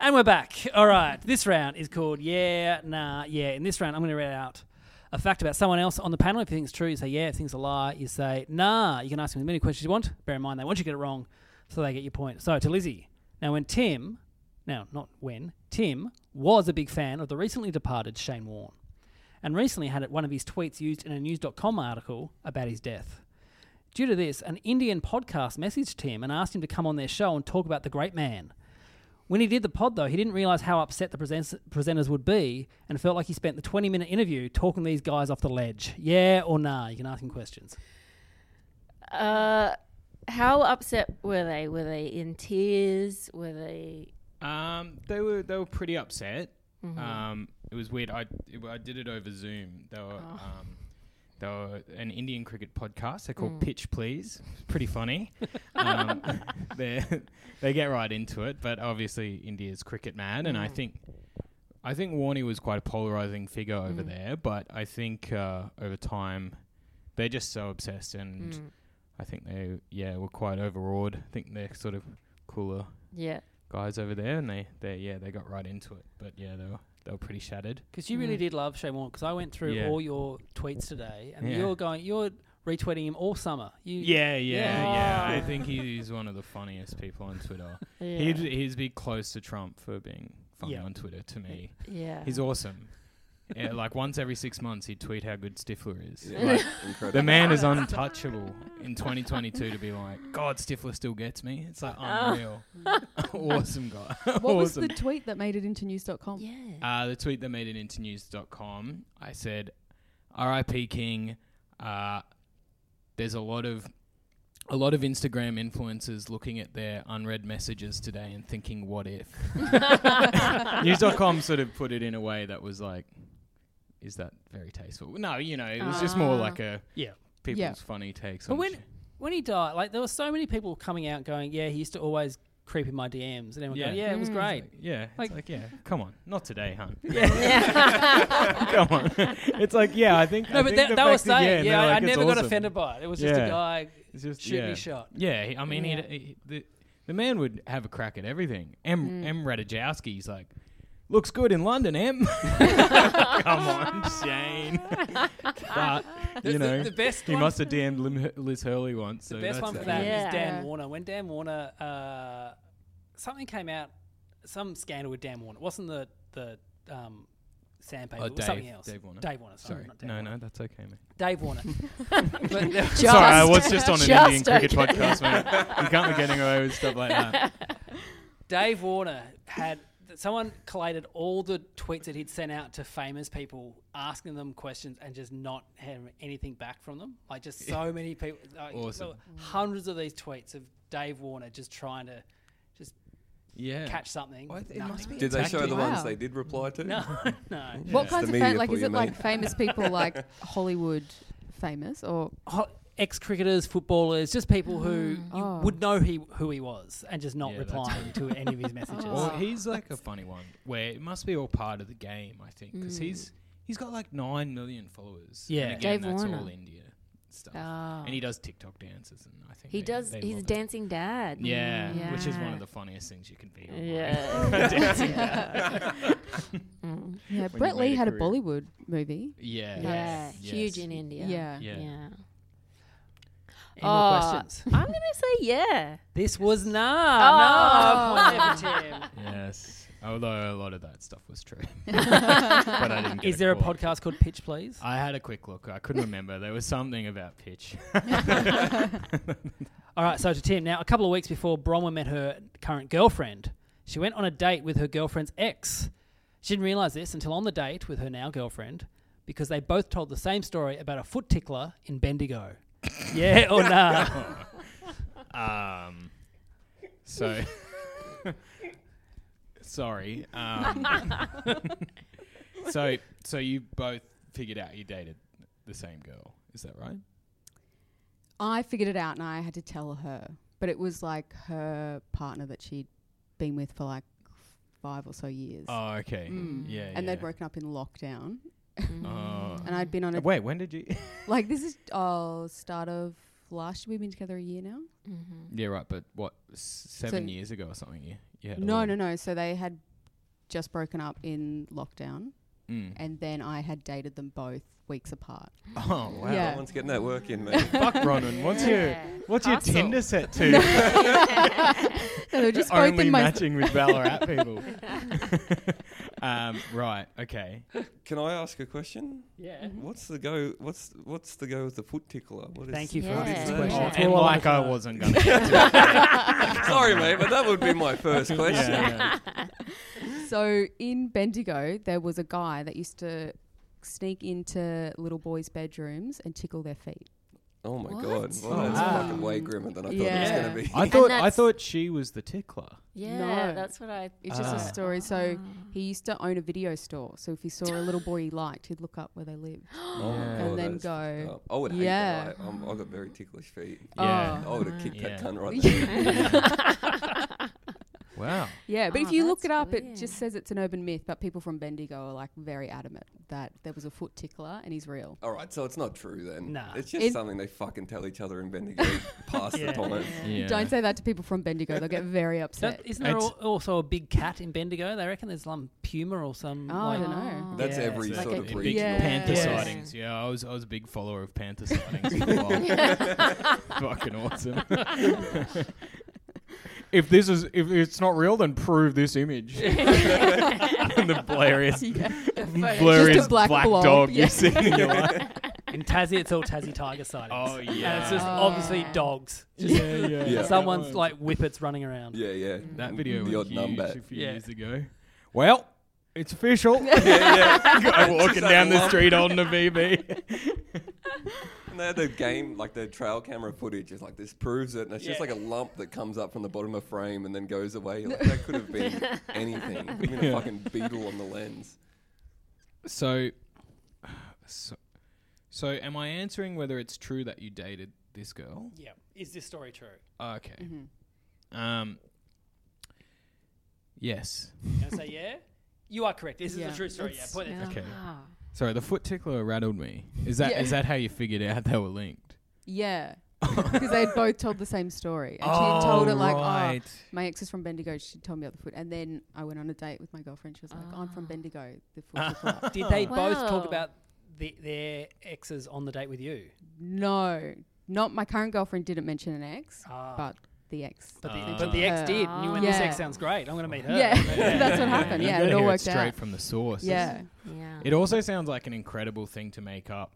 S1: And we're back. All right, this round is called Yeah, Nah, Yeah. In this round, I'm going to read out a fact about someone else on the panel. If you think it's true, you say yeah. If you think it's a lie, you say nah. You can ask them as many questions you want. Bear in mind, they want you to get it wrong, so they get your point. So to Lizzie. Now, when Tim, now, not when, Tim was a big fan of the recently departed Shane Warne and recently had one of his tweets used in a news.com article about his death. Due to this, an Indian podcast messaged Tim and asked him to come on their show and talk about the great man. When he did the pod, though, he didn't realize how upset the presents- presenters would be and felt like he spent the 20 minute interview talking these guys off the ledge. Yeah or nah? You can ask him questions.
S4: Uh, how upset were they? Were they in tears? Were they?
S2: Um, they were they were pretty upset.
S3: Mm-hmm.
S2: Um, it was weird. I it, I did it over Zoom. They were
S3: Oh.
S2: um, they were an Indian cricket podcast. They're
S3: Mm.
S2: called Pitch Please. It's pretty funny. um, they they get right into it, but obviously India's cricket mad, and I
S3: Mm.
S2: think. I think Warney was quite a polarizing figure over
S3: Mm.
S2: there, but I think uh, over time they're just so obsessed, and
S4: mm,
S3: Mm.
S2: I think they, yeah, were quite overawed. I think they're sort of cooler
S4: Yeah.
S2: guys over there, and they, they yeah, they got right into it. But yeah, they were they were pretty shattered.
S1: Because you really did love Shane Warne, because I went through
S2: Mm. Yeah.
S1: all your tweets today and
S2: Yeah.
S1: you're going, you're retweeting him all summer. You,
S2: Yeah, yeah, yeah. I
S4: Yeah.
S2: think he's one of the funniest people on Twitter.
S4: Yeah.
S2: He'd he'd be close to Trump for being funny
S1: Yeah.
S2: on Twitter to me.
S4: yeah.
S2: He's awesome. yeah, like once every six months, he'd tweet how good Stifler is.
S5: Yeah,
S2: Like,
S5: incredible.
S2: the man is untouchable in 2022 to be like, God, Stifler still gets me. It's like unreal. awesome guy.
S3: What
S2: Oh, awesome.
S3: was the tweet that made it into news.com?
S4: yeah.
S2: Uh, the tweet that made it into news.com, I said, RIP King, uh, there's a lot of a lot of Instagram influencers looking at their unread messages today and thinking, what if? news.com sort of put it in a way that was like, is that very tasteful? No, you know, it was just more like a
S1: Yeah.
S2: people's
S3: Yeah.
S2: funny takes
S1: But
S2: on
S1: when
S2: shit.
S1: when he died, like there were so many people coming out going, "Yeah, he used to always creep in my DMs," and everyone
S2: Yeah. Mm.
S1: going, "Yeah, it was great."
S2: Yeah, it's
S1: Like-
S2: like, yeah, come on, not today, huh? come on. It's like yeah, I think I
S1: No, but
S2: think
S1: that,
S2: the
S1: that was
S2: fact that- yeah,
S1: saying,
S2: and
S1: yeah,
S2: they're
S1: I,
S2: like,
S1: I
S2: it's
S1: never got
S2: awesome.
S1: offended by it. It was just a
S2: Yeah.
S1: guy
S2: It's just
S1: shoot
S2: yeah.
S1: me shot.
S2: Yeah, he- I mean, he'd-
S4: Yeah.
S2: He, the the man would have a crack at everything. M
S1: Mm.
S2: M Radajowski's like. Looks good in London, Em. Come on, Shane. But, you
S1: the-
S2: know,
S1: the best
S2: he
S1: one-
S2: must have DM'd Lim- Liz Hurley once.
S1: The
S2: so
S1: best
S2: that's
S1: one
S2: it.
S1: for that is
S4: Yeah.
S1: Dan
S4: Yeah.
S1: Warner. When Dan Warner, uh, something came out, some scandal with Dan Warner. It wasn't the the um, sandpaper.
S2: Oh,
S1: it was something
S2: Dave-
S1: else.
S2: Dave Warner.
S1: Dave Warner. Sorry,
S2: Sorry.
S1: not Dan
S2: No,
S1: Warner.
S2: no, that's okay, man.
S1: Dave Warner. But there-
S2: Sorry, I was just on an
S4: just
S2: Indian cricket
S4: okay.
S2: podcast, man. You can't be getting away with stuff like that.
S1: Dave Warner had someone collated all the tweets that he'd sent out to famous people, asking them questions and just not having anything back from them. Like just so many people, like,
S2: Awesome.
S1: so hundreds of these tweets of Dave Warner just trying to just
S2: Yeah.
S1: catch something.
S2: it
S1: Nothing.
S2: must be
S5: Did they show the
S2: tactic.
S5: ones
S3: Wow.
S5: they did reply to?
S1: No, no.
S3: What kinds
S5: It's the
S3: of fam-
S5: media
S3: like
S5: for
S3: is
S5: you,
S3: it like
S5: mate.
S3: famous people like Hollywood famous or
S1: Ex cricketers, footballers, just people who you
S3: Oh.
S1: would know he, who he was and just not
S2: Yeah, that's- Oh.
S1: replying to any of his messages.
S2: Well, he's like a funny one where it must be all part of the game, I think, because he's he's got like nine million followers.
S1: Yeah.
S2: and again,
S4: Mm. Dave
S2: that's
S4: Warner.
S2: all India stuff,
S4: Oh.
S2: and he does TikTok dances, and I think
S4: He
S2: they-
S4: does.
S2: they
S4: He's a
S2: love it.
S4: dancing dad.
S2: Yeah, which is one
S4: Yeah.
S2: of the funniest things you can be. online.
S4: Yeah.
S2: Dancing
S3: yeah,
S2: you
S3: Brett
S2: made
S3: Lee
S2: a
S3: had a
S2: career.
S3: Bollywood movie.
S2: yeah,
S4: yeah.
S2: yes.
S4: Huge in India.
S3: Yeah.
S2: Yeah.
S4: Yeah.
S1: Any more
S4: Oh.
S1: questions?
S4: I'm gonna say yeah.
S1: This was nah.
S4: Oh.
S1: No. point there for Tim.
S2: Yes, Although a lot of that stuff was true. but I didn't get
S1: Is there a
S2: call. Uh.
S1: podcast called Pitch Please?
S2: I had a quick look. I couldn't remember. There was something about pitch.
S1: All right, so to Tim. Now, a couple of weeks before Bronwyn met her current girlfriend, she went on a date with her girlfriend's ex. She didn't realize this until on the date with her now girlfriend because they both told the same story about a foot tickler in Bendigo. yeah or nah?
S2: Um, so sorry. Um, so so you both figured out you dated the same girl. Is that right?
S3: I figured it out and I had to tell her. But it was like her partner that she'd been with for like five or so years.
S2: Oh, okay. Yeah.
S3: Mm. and
S2: yeah.
S3: they'd broken up in lockdown.
S4: Mm-hmm.
S2: Oh.
S3: And I'd been on a.
S2: Wait, when did you?
S3: Like, this is oh, start of last year. We've been together a year now.
S4: Mm-hmm.
S2: yeah, right. But what? s- Seven
S3: So-
S2: years ago or something? You, you had a
S3: No, no,
S2: little-
S3: no. So they had just broken up in lockdown.
S2: Mm.
S3: And then I had dated them both weeks apart.
S2: Oh wow.
S3: Yeah.
S5: Someone's getting that work in, man.
S2: Fuck Ronan. What's your
S4: Yeah.
S2: what's
S4: Hustle.
S2: your Tinder set to?
S3: No, they were just both
S2: Only
S3: in my.
S2: matching with Ballarat people. um, right. Okay.
S5: Can I ask a question?
S1: Yeah.
S5: What's the go? What's what's the go with the foot tickler? What is
S1: Thank you for
S4: Yeah.
S1: asking this
S5: Oh,
S1: question.
S5: and
S1: That's
S2: and
S1: all I
S2: like
S1: wanted
S2: I
S1: to know.
S2: wasn't gonna. get to
S5: Sorry, mate, but that would be my first
S2: it.
S5: question.
S2: Yeah,
S3: So in Bendigo, there was a guy that used to sneak into little boys' bedrooms and tickle their feet.
S5: Oh my
S4: What?
S5: god, well, that's fucking way grimmer than I thought
S3: Yeah.
S5: it was
S2: yeah.
S5: gonna
S2: I thought I
S4: that's-
S2: thought she was the tickler.
S4: Yeah,
S3: No.
S4: that's what I.
S3: It's just
S2: Ah.
S3: a story. So
S4: Ah.
S3: he used to own a video store. So if he saw a little boy he liked, he'd look up where they lived.
S5: be. Oh,
S3: And then
S5: that's
S3: go,
S5: fucked up. Oh, I would hate
S3: yeah. Oh,
S5: that. I, um, I got very ticklish feet.
S2: Yeah.
S5: I would have kicked
S2: Yeah.
S5: that cunt right there.
S2: Wow.
S3: Yeah, but
S4: Oh,
S3: if you look it
S4: that's
S3: up, it
S4: weird.
S3: just says it's an urban myth. But people from Bendigo are like very adamant that there was a foot tickler and he's real.
S5: All right, so it's not true then.
S1: Nah.
S5: It's just
S3: It-
S5: something they fucking tell each other in Bendigo past
S1: Yeah.
S5: the time.
S2: Yeah.
S3: Don't say that to people from Bendigo; they'll get very upset.
S1: That, isn't there
S2: It's-
S1: al- also a big cat in Bendigo? They reckon there's some puma or some.
S3: Oh,
S1: like,
S3: I don't know.
S5: That's
S1: Yeah,
S5: every
S1: it's like
S5: sort
S3: a
S5: of
S3: big-
S5: regional.
S2: Big
S3: Yeah.
S2: panther
S1: Yeah.
S2: sightings. Yeah, I was I was a big follower of panther sightings. for a while. Fucking awesome. if this is if it's not real, then prove this image. and the blurriest,
S3: Just
S2: blurriest
S3: a black
S2: black,
S3: blob,
S2: dog
S3: yeah.
S2: you've seen in your life.
S1: In Tassie, it's all Tassie tiger sightings.
S2: Oh,
S1: And
S2: yeah.
S1: it's just
S3: Oh.
S1: obviously dogs. Just
S2: Yeah, yeah.
S5: Yeah.
S1: someone's like whippets running around.
S5: Yeah, yeah.
S2: That
S5: Mm,
S2: video
S5: the
S2: was
S5: odd
S2: huge
S5: number.
S2: a few
S1: Yeah.
S2: years ago. Well, it's official.
S5: yeah, yeah.
S2: I'm
S5: Just
S2: walking
S5: like
S2: down the
S5: lump.
S2: street on the VB.
S5: And they had the game, like the trail camera footage. It's like this proves it, and it's just
S1: Yeah.
S5: like a lump that comes up from the bottom of frame and then goes away. You're Like, that could have been anything. It could have been a
S2: Yeah.
S5: fucking beetle on the lens.
S2: So, so, so am I answering whether it's true that you dated this girl?
S1: Yeah. Is this story true?
S2: Okay.
S3: Mm-hmm.
S2: Um. Yes.
S1: Can I say yeah? You are correct. This
S3: Yeah.
S1: is a true story. Yeah.
S4: It's-
S1: Point
S4: yeah.
S2: Okay. Sorry, the foot tickler rattled me. Is that is
S3: Yeah.
S2: that how you figured out they were linked?
S3: Yeah, because they had both told the same story, and she had told her like, "Oh, my ex is from Bendigo." She told me about the foot, and then I went on a date with my girlfriend. She was like, "I'm from Bendigo." The foot tickler.
S1: Did they both talk
S4: Wow.
S1: about the, their exes on the date with you?
S3: no, not my current girlfriend. Didn't mention an ex,
S1: Ah.
S3: but the ex.
S1: But the,
S2: Ah.
S1: but the ex
S3: Her.
S1: did, and you went, "This
S3: Yeah.
S1: ex sounds great. I'm going to meet her."
S3: Yeah, that's what happened.
S2: You
S3: Yeah,
S2: gotta
S3: it all
S2: hear
S3: worked
S2: straight
S3: out.
S2: from the source.
S3: Yeah,
S4: Yeah.
S2: It also sounds like an incredible thing to make up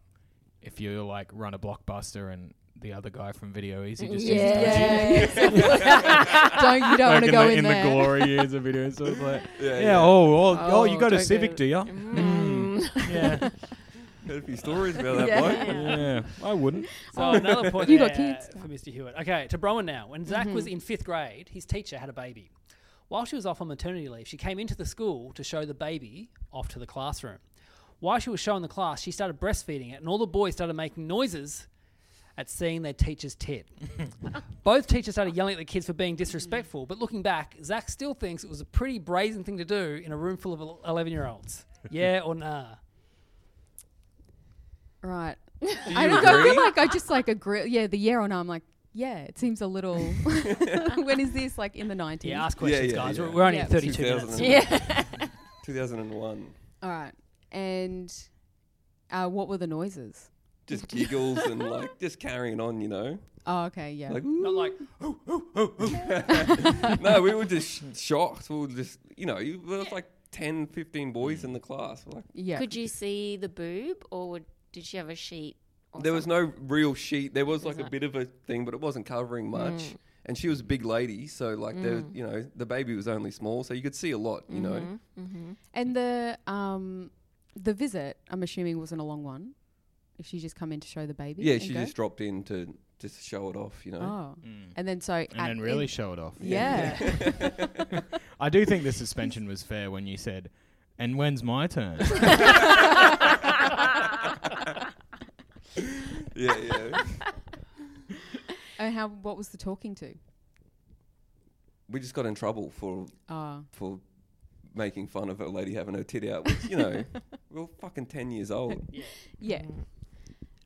S2: if you like run a blockbuster and the other guy from Video Easy just uses
S4: Yeah.
S2: dodgy-
S3: don't you don't want to
S2: in
S3: go
S2: the,
S3: in, there?
S2: the glory years of video. So it's like, yeah,
S5: Yeah,
S2: Oh, oh, oh, you
S3: Oh,
S2: got a
S3: don't
S2: Civic,
S3: go- Mm.
S2: do Mm. you? yeah,
S5: Heard a few stories about that
S3: Yeah.
S5: bloke.
S2: Oh, yeah. I wouldn't. Mm.
S1: So another point
S3: Oh. You got
S1: there
S3: kids. Mm-hmm.
S1: for Mr. Hewitt. Okay, to Bronwyn now. When Zach was in fifth grade, his teacher had a baby. While she was off on maternity leave, she came into the school to show the baby off to the classroom. While she was showing the class, she started breastfeeding it, and all the boys started making noises at seeing their teacher's tit. Both teachers started yelling at the kids for being disrespectful, but looking back, Zach still thinks it was a pretty brazen thing to do in a room full of 11 year olds. Yeah or nah?
S3: Right.
S5: Do
S3: I
S5: you
S3: don't I
S5: agree?
S3: feel like I just like agree. Yeah, the year on. I'm like, yeah, it seems a little. when is this? Like in the 90s.
S1: Yeah, ask questions,
S5: yeah,
S1: guys.
S5: yeah.
S1: We're- We're only
S3: Yeah.
S1: at 32 minutes.
S5: 2000.
S4: Yeah.
S5: 2001.
S3: All right. And uh, what were the noises?
S5: Just giggles and like just carrying on, you know.
S3: Oh, okay, yeah.
S5: Like,
S1: Not like
S5: no, we were just sh- shocked. We were just, you know, you- there was like 10, 15
S2: Mm.
S5: boys in the class. We're like,
S3: yeah.
S4: Could you see the boob, or would, did she have a sheet? Or
S5: there was
S4: something?
S5: no real sheet. There was like a
S4: Isn't it?
S5: bit of a thing, but it wasn't covering much.
S3: Mm.
S5: And she was a big lady, so like there, you know, the baby was only small, so you could see a lot, you
S3: Mm-hmm.
S5: know.
S4: Mm-hmm.
S3: and the um the visit, I'm assuming wasn't a long one. If she just come in to show the baby.
S5: Yeah,
S3: and
S5: she
S3: go?
S5: just dropped in to just show it off, you know.
S3: Oh. And then so at-
S2: and then really
S3: in-
S2: show it off.
S3: yeah.
S2: I do think the suspension was fair when you said, "And when's my turn?"
S4: Mm-hmm.
S5: Yeah, yeah.
S3: and Oh, how what was the talking to?
S5: we just got in trouble for
S3: Oh.
S5: for making fun of a lady having her tit out. Which, you know, we were fucking ten years old.
S3: Yeah.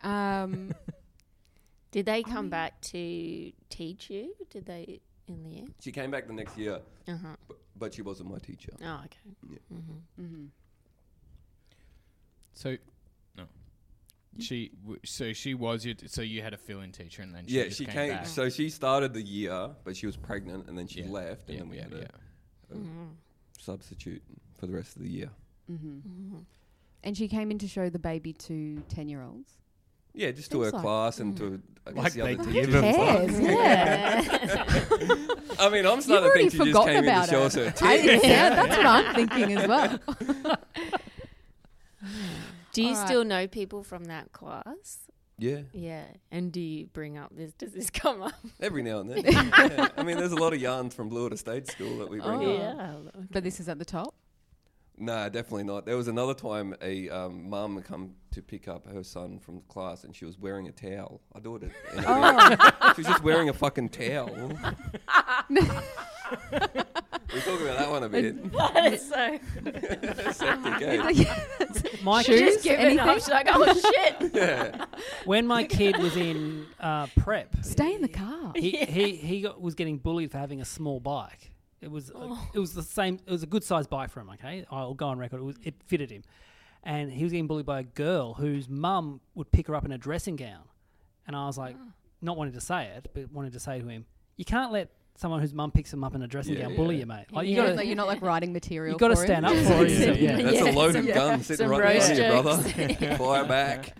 S3: Um
S4: Did they come back to teach you? Did they in the end?
S5: She came back the next year,
S4: Uh
S3: Uh-huh.
S4: huh.
S5: but, but she wasn't my teacher.
S4: Oh, okay.
S2: so, no. She w- so she was your t- so you had a fill-in teacher and then she
S5: yeah,
S2: just
S5: she
S2: came,
S5: came.
S2: back.
S5: So she started the year, but she was pregnant, and then she
S2: Yeah,
S5: left, and
S2: yeah,
S5: then we
S2: yeah,
S5: had a
S2: yeah.
S3: Mm-hmm.
S5: substitute for the rest of the year.
S4: Mm-hmm.
S3: and she came in to show the baby to ten year olds.
S5: Yeah, just to
S3: Seems
S5: her
S3: like- mm.
S5: class and to I guess
S2: Like
S5: the other
S2: they
S5: teachers.
S2: give a
S5: and
S2: fuck.
S5: stuff.
S3: Yes, yeah.
S5: I mean, I'm starting to
S3: already
S5: think she just
S3: forgotten
S5: came in to
S3: about
S5: show
S3: it.
S5: us her
S3: I-
S5: tit.
S3: yeah, that's what I'm thinking as well.
S4: Do you
S3: Alright.
S4: still know people from that class?
S5: yeah,
S4: Yeah. And do you bring up this? Does this come up?
S5: every now and then. Yeah. I mean, there's a lot of yarns from Blue Water State School that we bring up.
S3: Oh. But this is at the top.
S5: No, definitely not. There was another time a um, mum had come to pick up her son from class, and she was wearing a towel. I do it. At oh. She was just wearing a fucking towel. we talk about that one a bit.
S4: That is so.
S5: Septic, eh?
S1: my
S3: Shoes?
S4: Just giving up.
S3: Anything?
S4: She's like, oh shit.
S5: Yeah.
S1: when my kid was in uh, prep.
S3: Stay in the car.
S1: he he he got, was getting bullied for having a small bike. It was a-
S3: Oh.
S1: it was the same. It was a good sized bike for him. Okay, I'll go on record. It, was, it fitted him, and he was getting bullied by a girl whose mum would pick her up in a dressing gown, and I was like,
S3: Ah.
S1: not wanting to say it, but wanted to say to him, you can't let someone whose mum picks him up in a dressing
S5: Yeah,
S1: gown
S5: yeah.
S1: bully you, mate. Like you
S3: Yeah,
S1: got
S3: like
S1: to
S3: you're not like writing material.
S1: you got to
S3: for him.
S1: stand up
S3: Just
S1: for it.
S3: accept
S1: Yeah, yeah.
S5: Oh, That's a
S4: Yes.
S5: loaded
S4: Yeah.
S5: gun sitting
S4: Some
S5: right next
S4: roast
S5: to you,
S4: jokes.
S5: brother. Fire back.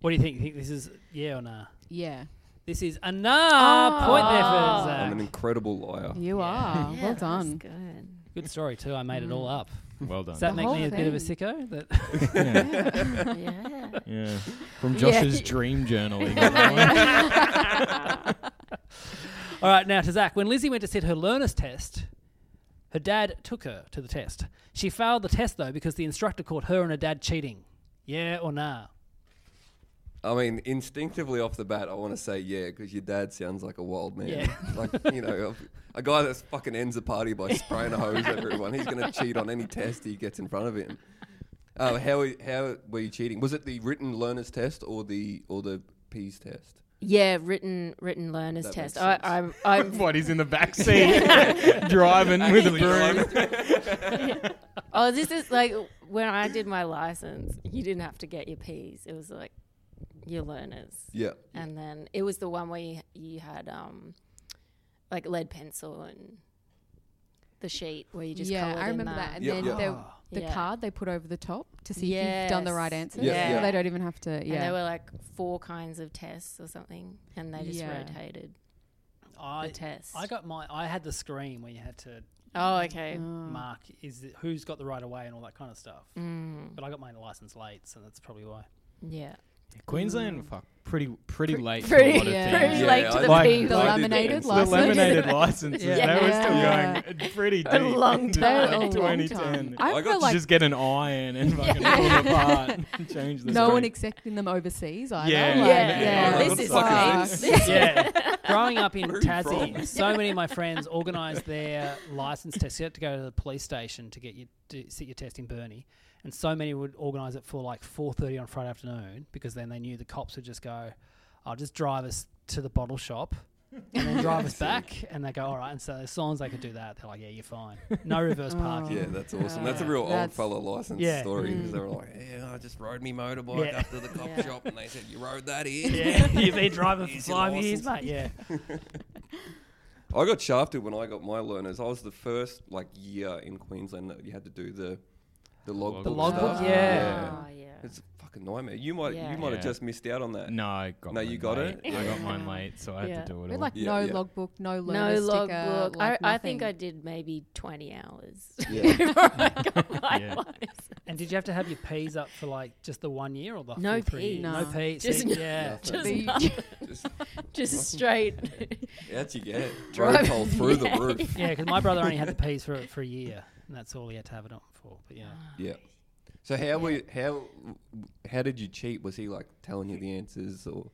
S1: What do you think? You think this is yeah or nah?
S3: Yeah,
S1: This is a
S3: Oh.
S1: nah.
S4: Oh.
S1: Point there for
S5: I'm an
S1: Zach.
S5: incredible liar.
S3: you are.
S4: Yeah,
S3: Oh, well
S4: that's
S3: done.
S4: Good.
S1: Good story too. I made it all
S3: Mm.
S1: up.
S2: Well done.
S1: Does that
S3: The
S1: make me
S3: whole
S1: a bit of a
S3: thing.
S1: sicko? That
S2: yeah.
S4: Yeah.
S2: yeah. From
S4: Yeah.
S2: Josh's dream journaling. that one.
S1: All right, now to Zach. When Lizzie went to sit her learner's test, her dad took her to the test. She failed the test, though, because the instructor caught her and her dad cheating. Yeah or nah?
S5: I mean, instinctively off the bat, I want to say yeah, because your dad sounds like a wild man.
S1: Yeah.
S5: like, you know, a guy that fucking ends a party by spraying a hose over everyone. He's going to cheat on any test he gets in front of him. Uh, how how were you cheating? Was it the written learner's test or the or the P's test?
S4: Yeah, written written learners
S5: That
S4: test.
S5: makes
S4: I,
S5: sense.
S4: I'm I'm
S2: what he's in the back seat driving with a broom.
S4: oh this is like when I did my license, you didn't have to get your P's. It was like your learners,
S5: Yeah.
S4: and then it was the one where you, you had um like lead pencil and the sheet where you just
S3: yeah,
S4: coloured
S3: I
S4: in
S3: remember that. And
S5: Yeah.
S3: then
S5: Yeah.
S3: the- the
S4: Yeah.
S3: card they put over the top to see if you've done the right
S4: Yes.
S3: answers.
S5: Yeah.
S3: So they don't even have to.
S4: And there
S3: Yeah,
S4: were like four kinds of tests or something, and they just
S3: Yeah.
S4: rotated
S1: I
S4: the test.
S1: I got my. I had the screen where you had to
S4: oh, okay.
S3: Mm.
S1: mark is it, who's got the right of way and all that kind of stuff.
S3: Mm.
S1: But I got my license late, so that's probably why.
S4: Yeah.
S2: Queensland, fuck, pretty pretty late. for a
S4: pretty-
S2: lot of
S3: yeah.
S2: things.
S4: Pretty late to
S5: I
S4: the
S5: did-
S4: Like-
S5: I did
S4: The
S5: that.
S3: laminated
S2: The
S3: license.
S2: laminated licenses, they were still
S3: Yeah.
S2: going pretty deep.
S4: A long
S2: into
S4: time.
S3: A long time.
S2: 2010.
S3: I
S2: I
S3: feel
S2: got to
S3: like-
S2: just get an iron and fucking pull it apart and change the
S3: no one
S2: screen.
S3: accepting them overseas either.
S2: Yeah.
S3: Like,
S4: Yeah.
S5: Yeah.
S3: yeah.
S5: This is Fuck is
S3: Fuck.
S1: yeah. Growing up in
S5: Where are you from?
S1: Tassie, so many of my friends organised their license tests. You had to go to the police station to get you to sit your test in Burnie, and so many would organise it for like four thirty on Friday afternoon because then they knew the cops would just go, "I'll just drive us to the bottle shop." and then drive us back. And they go, all right. And so as long as they could do that, they're like, yeah, you're fine. No reverse parking.
S5: Yeah,
S3: Oh,
S5: that's awesome. that's a real old
S3: that's-
S5: fella license
S1: Uh, Yeah.
S5: story because
S3: Mm.
S5: they were like, "Yeah, I just rode me motorbike
S1: Yeah.
S5: up to the cop
S4: Yeah.
S5: shop, and they said you rode that in."
S1: Yeah, you've been driving for
S5: Use your
S1: five years, mate. Yeah.
S5: I got shafted when I got my learners. I was the first like year in Queensland that you had to do the the logbook.
S2: The logbook,
S5: stuff.
S1: yeah.
S4: Oh, yeah.
S5: It's a fucking nightmare. You might
S4: Yeah.
S5: you might
S2: Yeah.
S5: have just missed out on that.
S2: No, I got.
S5: No,
S2: mine
S5: you got
S2: late.
S5: it?
S2: I got
S4: Yeah.
S2: mine late, so I had
S4: Yeah.
S2: to do it.
S3: We
S2: all.
S3: had like
S5: Yeah,
S3: no
S5: yeah.
S3: logbook, no
S4: No
S3: learner sticker.
S4: logbook.
S3: Like
S4: I, I think I
S3: nothing.
S4: did maybe 20 hours
S5: Yeah.
S4: before I got my
S2: Yeah.
S4: license.
S1: And did you have to have your P's up for like just the one year or the
S4: No
S1: full three
S4: P's.
S1: years? No
S3: No.
S1: P's.
S4: Just-
S1: See, yeah.
S5: Nothing.
S4: Just,
S3: The-
S5: Just
S4: just straight.
S5: out you get. Road
S4: Drive-
S5: toll through
S4: Yeah.
S5: the roof.
S1: Yeah, because my brother only had the P's for for a year, and that's all he had to have it on for. But yeah,
S5: Yeah. So how were you, how how did you cheat? Was he like telling you the answers or?
S4: Oh,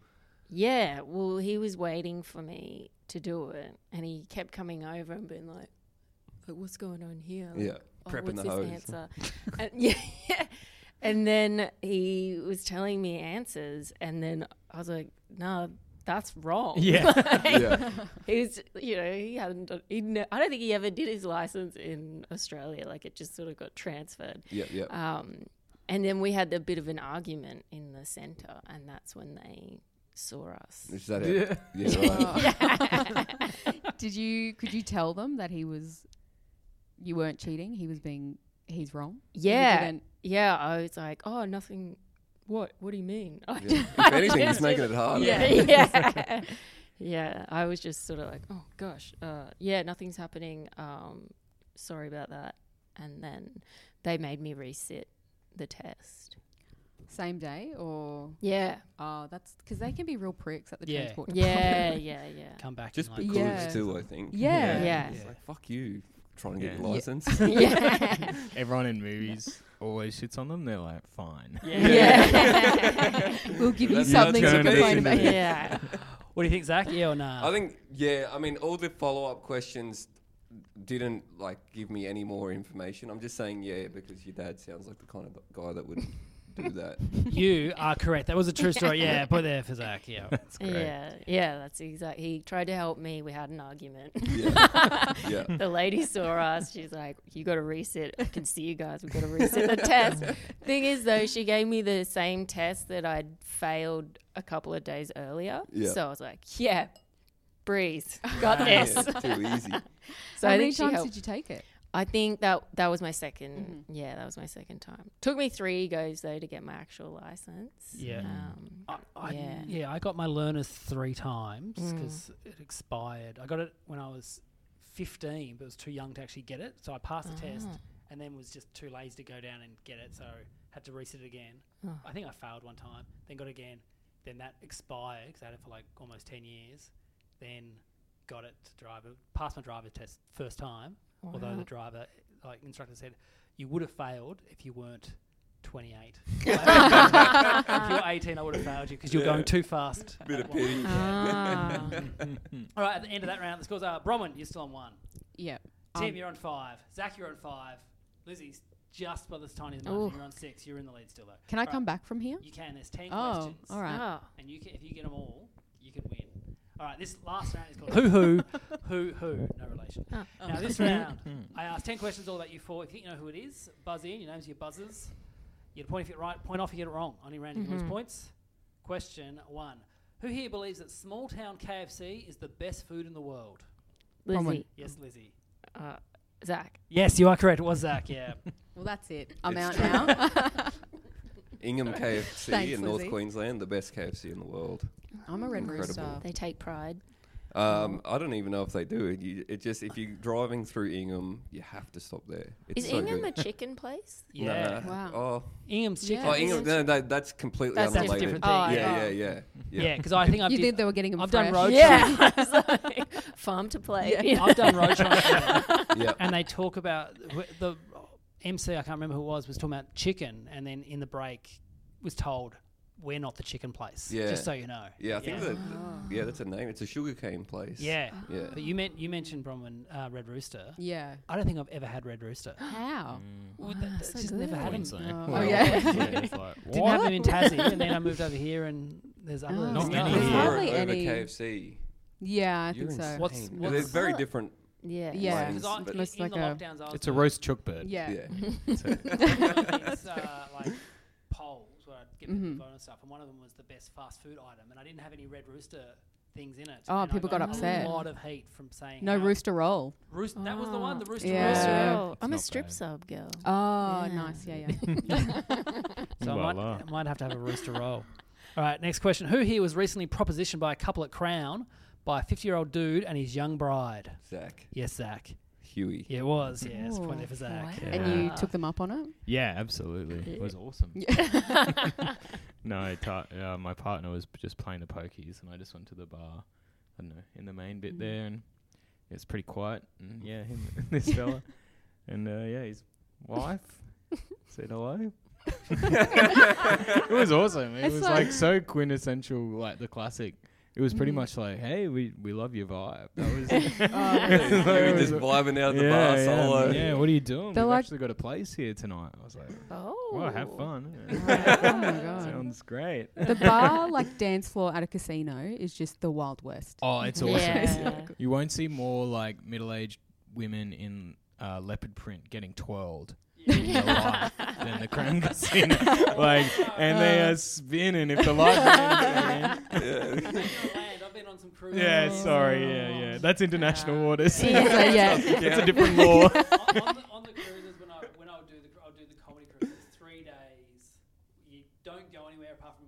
S4: yeah, well, he was waiting for me to do it, and he kept coming over and being like, like what's going on here? Like,
S5: Yeah, prepping
S4: oh, what's
S5: the hose.
S4: this answer? and, yeah, and then he was telling me answers, and then I was like, no, that's wrong.
S1: Yeah.
S4: Like,
S5: Yeah.
S4: He was, you know, he hadn't done, he ne- I don't think he ever did his license in Australia. Like, it just sort of got transferred.
S5: Yeah, yeah.
S4: Um, and then we had a bit of an argument in the centre, and that's when they saw us.
S5: Is that it? Yeah. right.
S3: Did you? Could you tell them that he was? You weren't cheating. He was being. He's wrong. You
S4: Yeah.
S3: didn't-
S4: Yeah. I was like, oh, nothing. What? What do you mean? I
S5: Yeah.
S4: I
S5: If anything,
S4: just
S5: it's making it harder.
S4: yeah, yeah, yeah. I was just sort of like, oh gosh, uh, yeah, nothing's happening. Um, sorry about that. And then they made me resit the test.
S3: Same day or
S4: Yeah,
S3: oh, that's because they can be real pricks at the
S1: Yeah.
S3: transport.
S4: yeah,
S3: department.
S4: yeah, yeah,
S1: come back.
S5: Just
S1: and, like,
S5: because
S3: Yeah.
S5: too, I think.
S3: Yeah.
S4: Yeah.
S5: It's like fuck you, trying to get
S2: Yeah.
S5: your license.
S4: yeah,
S2: Everyone in movies always shits on them. They're like, fine.
S4: yeah,
S3: We'll give you
S5: That's
S3: something to
S2: not
S3: complain
S2: gonna
S3: about.
S2: be-
S4: yeah.
S1: What do you think, Zach? Yeah or nah?
S5: I think yeah. I mean, all the follow up questions didn't like give me any more information. I'm just saying yeah because your dad sounds like the kind of guy that would do that.
S1: you are correct. That was a true story. Yeah, put there for Zach. Yeah.
S2: That's great.
S4: Yeah, yeah, that's exact. He tried to help me. We had an argument.
S5: Yeah. Yeah.
S4: the lady saw us. She's like, "You got to reset. I can see you guys. We've got to reset the test." Thing is, though, she gave me the same test that I'd failed a couple of days earlier.
S5: Yeah.
S4: So I was like, "Yeah, breeze, got this."
S5: Yeah, too easy.
S4: So
S3: How
S4: I
S3: many
S4: think she
S3: times
S4: helped.
S3: did you take it?
S4: I think that that was my 2nd Yeah, that was my second time. Took me three goes though to get my actual license.
S1: Yeah.
S4: Um,
S1: I, I, yeah.
S4: Yeah. Mm.
S1: I got my learners three times because it expired. I got it when I was 15, but was too young to actually get it. So I passed the test
S4: Ah.
S1: and then was just too lazy to go down and get it. So had to reset it again.
S4: Ah.
S1: I think I failed one time, then got it again. Then that expired because I had it for like almost 10 years. Then got it to drive it, passed my driver test first time. Although the driver, like instructor said, you would have failed if you weren't 28. if you were 18, I would have failed you because you're
S5: Yeah.
S1: going too fast.
S5: Bit
S1: at
S5: of
S1: one.
S5: pity.
S4: Ah.
S1: All right, at the end of that round, the scores are Bronwyn, you're still on one.
S3: Yeah.
S1: Tim,
S3: Um,
S1: you're on five. Zach, you're on five. Lizzie's just by this tiniest
S4: Ooh.
S1: margin. You're on six. You're in the lead still, though.
S3: Can I
S1: All right,
S3: come back from here?
S1: You can. There's 10
S3: Oh,
S1: questions.
S3: all right.
S4: Ah.
S1: And you can, if you get them all, you can win. All right, this last round is called Who Who, Who Who, no relation.
S4: Ah.
S1: Now, this round, I asked 10 questions all about you four. If you think you know who it is, buzz in, your names are your buzzers. You get a point if you get it right, point off if you get it wrong. Only round you can lose points. Question one Who here believes that small town KFC is the best food in the world?
S4: Lizzie,
S3: Bronwyn.
S1: Yes, Lizzie.
S4: uh, Zach.
S1: Yes, you are correct. It was Zach, yeah.
S3: Well, that's it. I'm
S5: It's
S3: out
S5: true.
S3: now.
S5: Ingham KFC
S3: Thanks,
S5: in North
S3: Lizzie.
S5: Queensland, the best KFC in the world.
S3: I'm a red
S5: Incredible.
S3: rooster.
S4: They take pride.
S5: Um, I don't even know if they do it. You, it just if you're driving through Ingham, you have to stop there. It's
S4: Is
S5: so
S4: Ingham
S5: good.
S4: a chicken place?
S1: yeah.
S5: Nah.
S3: Wow.
S5: Oh,
S1: Ingham's chicken.
S3: Yeah.
S5: oh Ingham.
S4: Ingham's-
S5: No, that, that's completely
S4: That's
S1: That's a
S5: unrelated.
S1: different thing.
S4: Oh,
S5: yeah, yeah,
S4: yeah.
S5: yeah, yeah.
S1: Yeah, because I think I've
S3: You
S1: did-
S3: think they were getting them
S1: I've done
S3: fresh?
S1: road
S4: Yeah. It's like farm to plate. you know?
S1: I've done road shows there,
S5: yeah.
S1: and they talk about wh- the MC. I can't remember who it was was talking about chicken, and then in the break was told we're not the chicken place.
S5: Yeah.
S1: just so you know.
S5: Yeah, I think
S1: yeah.
S5: that. Yeah, that's a name. It's a sugarcane place.
S1: Yeah.
S5: Yeah.
S1: but you meant you mentioned Bronwyn uh, Red Rooster.
S3: Yeah.
S1: I don't think I've ever had Red Rooster.
S3: How?
S1: Well, th- th-
S4: so
S1: just never
S4: good.
S1: had 'em.
S2: Queensland.
S3: Oh,
S2: Well,
S3: yeah.
S2: it's like,
S1: Didn't have them in Tassie, and then I moved over here, and there's other.
S3: Oh.
S2: Not
S3: There's
S2: many
S5: There's
S2: here.
S3: hardly
S5: over
S3: any.
S5: KFC.
S3: Yeah, I
S5: You're
S3: think so.
S5: insane.
S1: What's-
S5: It's
S1: what's-
S5: very different.
S4: Yeah.
S3: Yeah.
S5: Mine is-
S1: Because I-
S5: but-
S1: in,
S3: Looks
S1: in
S3: like
S1: the
S3: a-
S1: lockdowns, I was
S2: It's a
S1: doing-
S2: roast chook bird.
S3: Yeah.
S5: Yeah.
S1: it's, uh, like polls where I'd give people
S3: Mhm.
S1: bonus stuff, and one of them was the best fast food item, and I didn't have any Red Rooster things in it.
S3: Oh,
S1: and I
S3: people got upset.
S1: A lot of heat from saying
S3: No
S1: how-
S3: rooster roll.
S1: Roost, that was the one, the rooster.
S3: Yeah.
S1: Rooster.
S4: Rooster
S3: Yeah.
S4: Roll.
S2: It's
S4: I'm a
S2: not
S4: strip
S2: bad.
S4: sub girl.
S3: Oh,
S4: Yeah.
S3: nice. Yeah, yeah.
S1: So I might,
S2: Voila.
S1: I might have to have a rooster roll. All right, next question. Who here was recently propositioned by a couple at Crown by a 50 year old dude and his young bride?
S5: Zach,
S1: Yes, Zach.
S5: Huey.
S1: Yeah, it was. Yeah, it's a point
S3: Oh,
S1: there for Zach.
S4: wow.
S3: and you took them up on it?
S2: Yeah, absolutely. It was awesome. no, ta- uh, my partner was p- just playing the pokies, and I just went to the bar. I don't know in the main bit
S3: Mm.
S2: there, and it's pretty quiet. And yeah, him and this fella, and uh, yeah, his wife said hello. it was awesome. It
S3: It's
S2: was
S3: like-
S2: like so quintessential, like the classic. It was pretty
S3: Mm.
S2: much like, hey, we we love your vibe. That was.
S3: Oh,
S5: Huey just vibing out at the bar solo.
S2: Yeah, what are you doing?
S3: They're
S2: We've
S3: like-
S2: actually got a place here tonight. I was like,
S4: Oh.
S2: well, have fun.
S3: oh
S2: yeah.
S3: my god.
S2: Sounds great.
S3: The bar, like dance floor at a casino, is just the Wild West.
S2: Oh, it's awesome.
S4: Yeah.
S2: You won't see more like middle-aged women in uh, leopard print getting twirled in their life than the Crown Casino. like, and they
S3: Uh.
S2: are spinning if the lights. are in,
S5: Yeah.
S1: I've been on some cruises.
S2: yeah, sorry, yeah, yeah. That's international waters.
S3: Oh. Yeah, so, yeah.
S2: That's a different
S1: on, on
S2: law.
S1: the, on the cruises when I when I would do the cru- I'll do the comedy cruises three days. You don't go anywhere apart from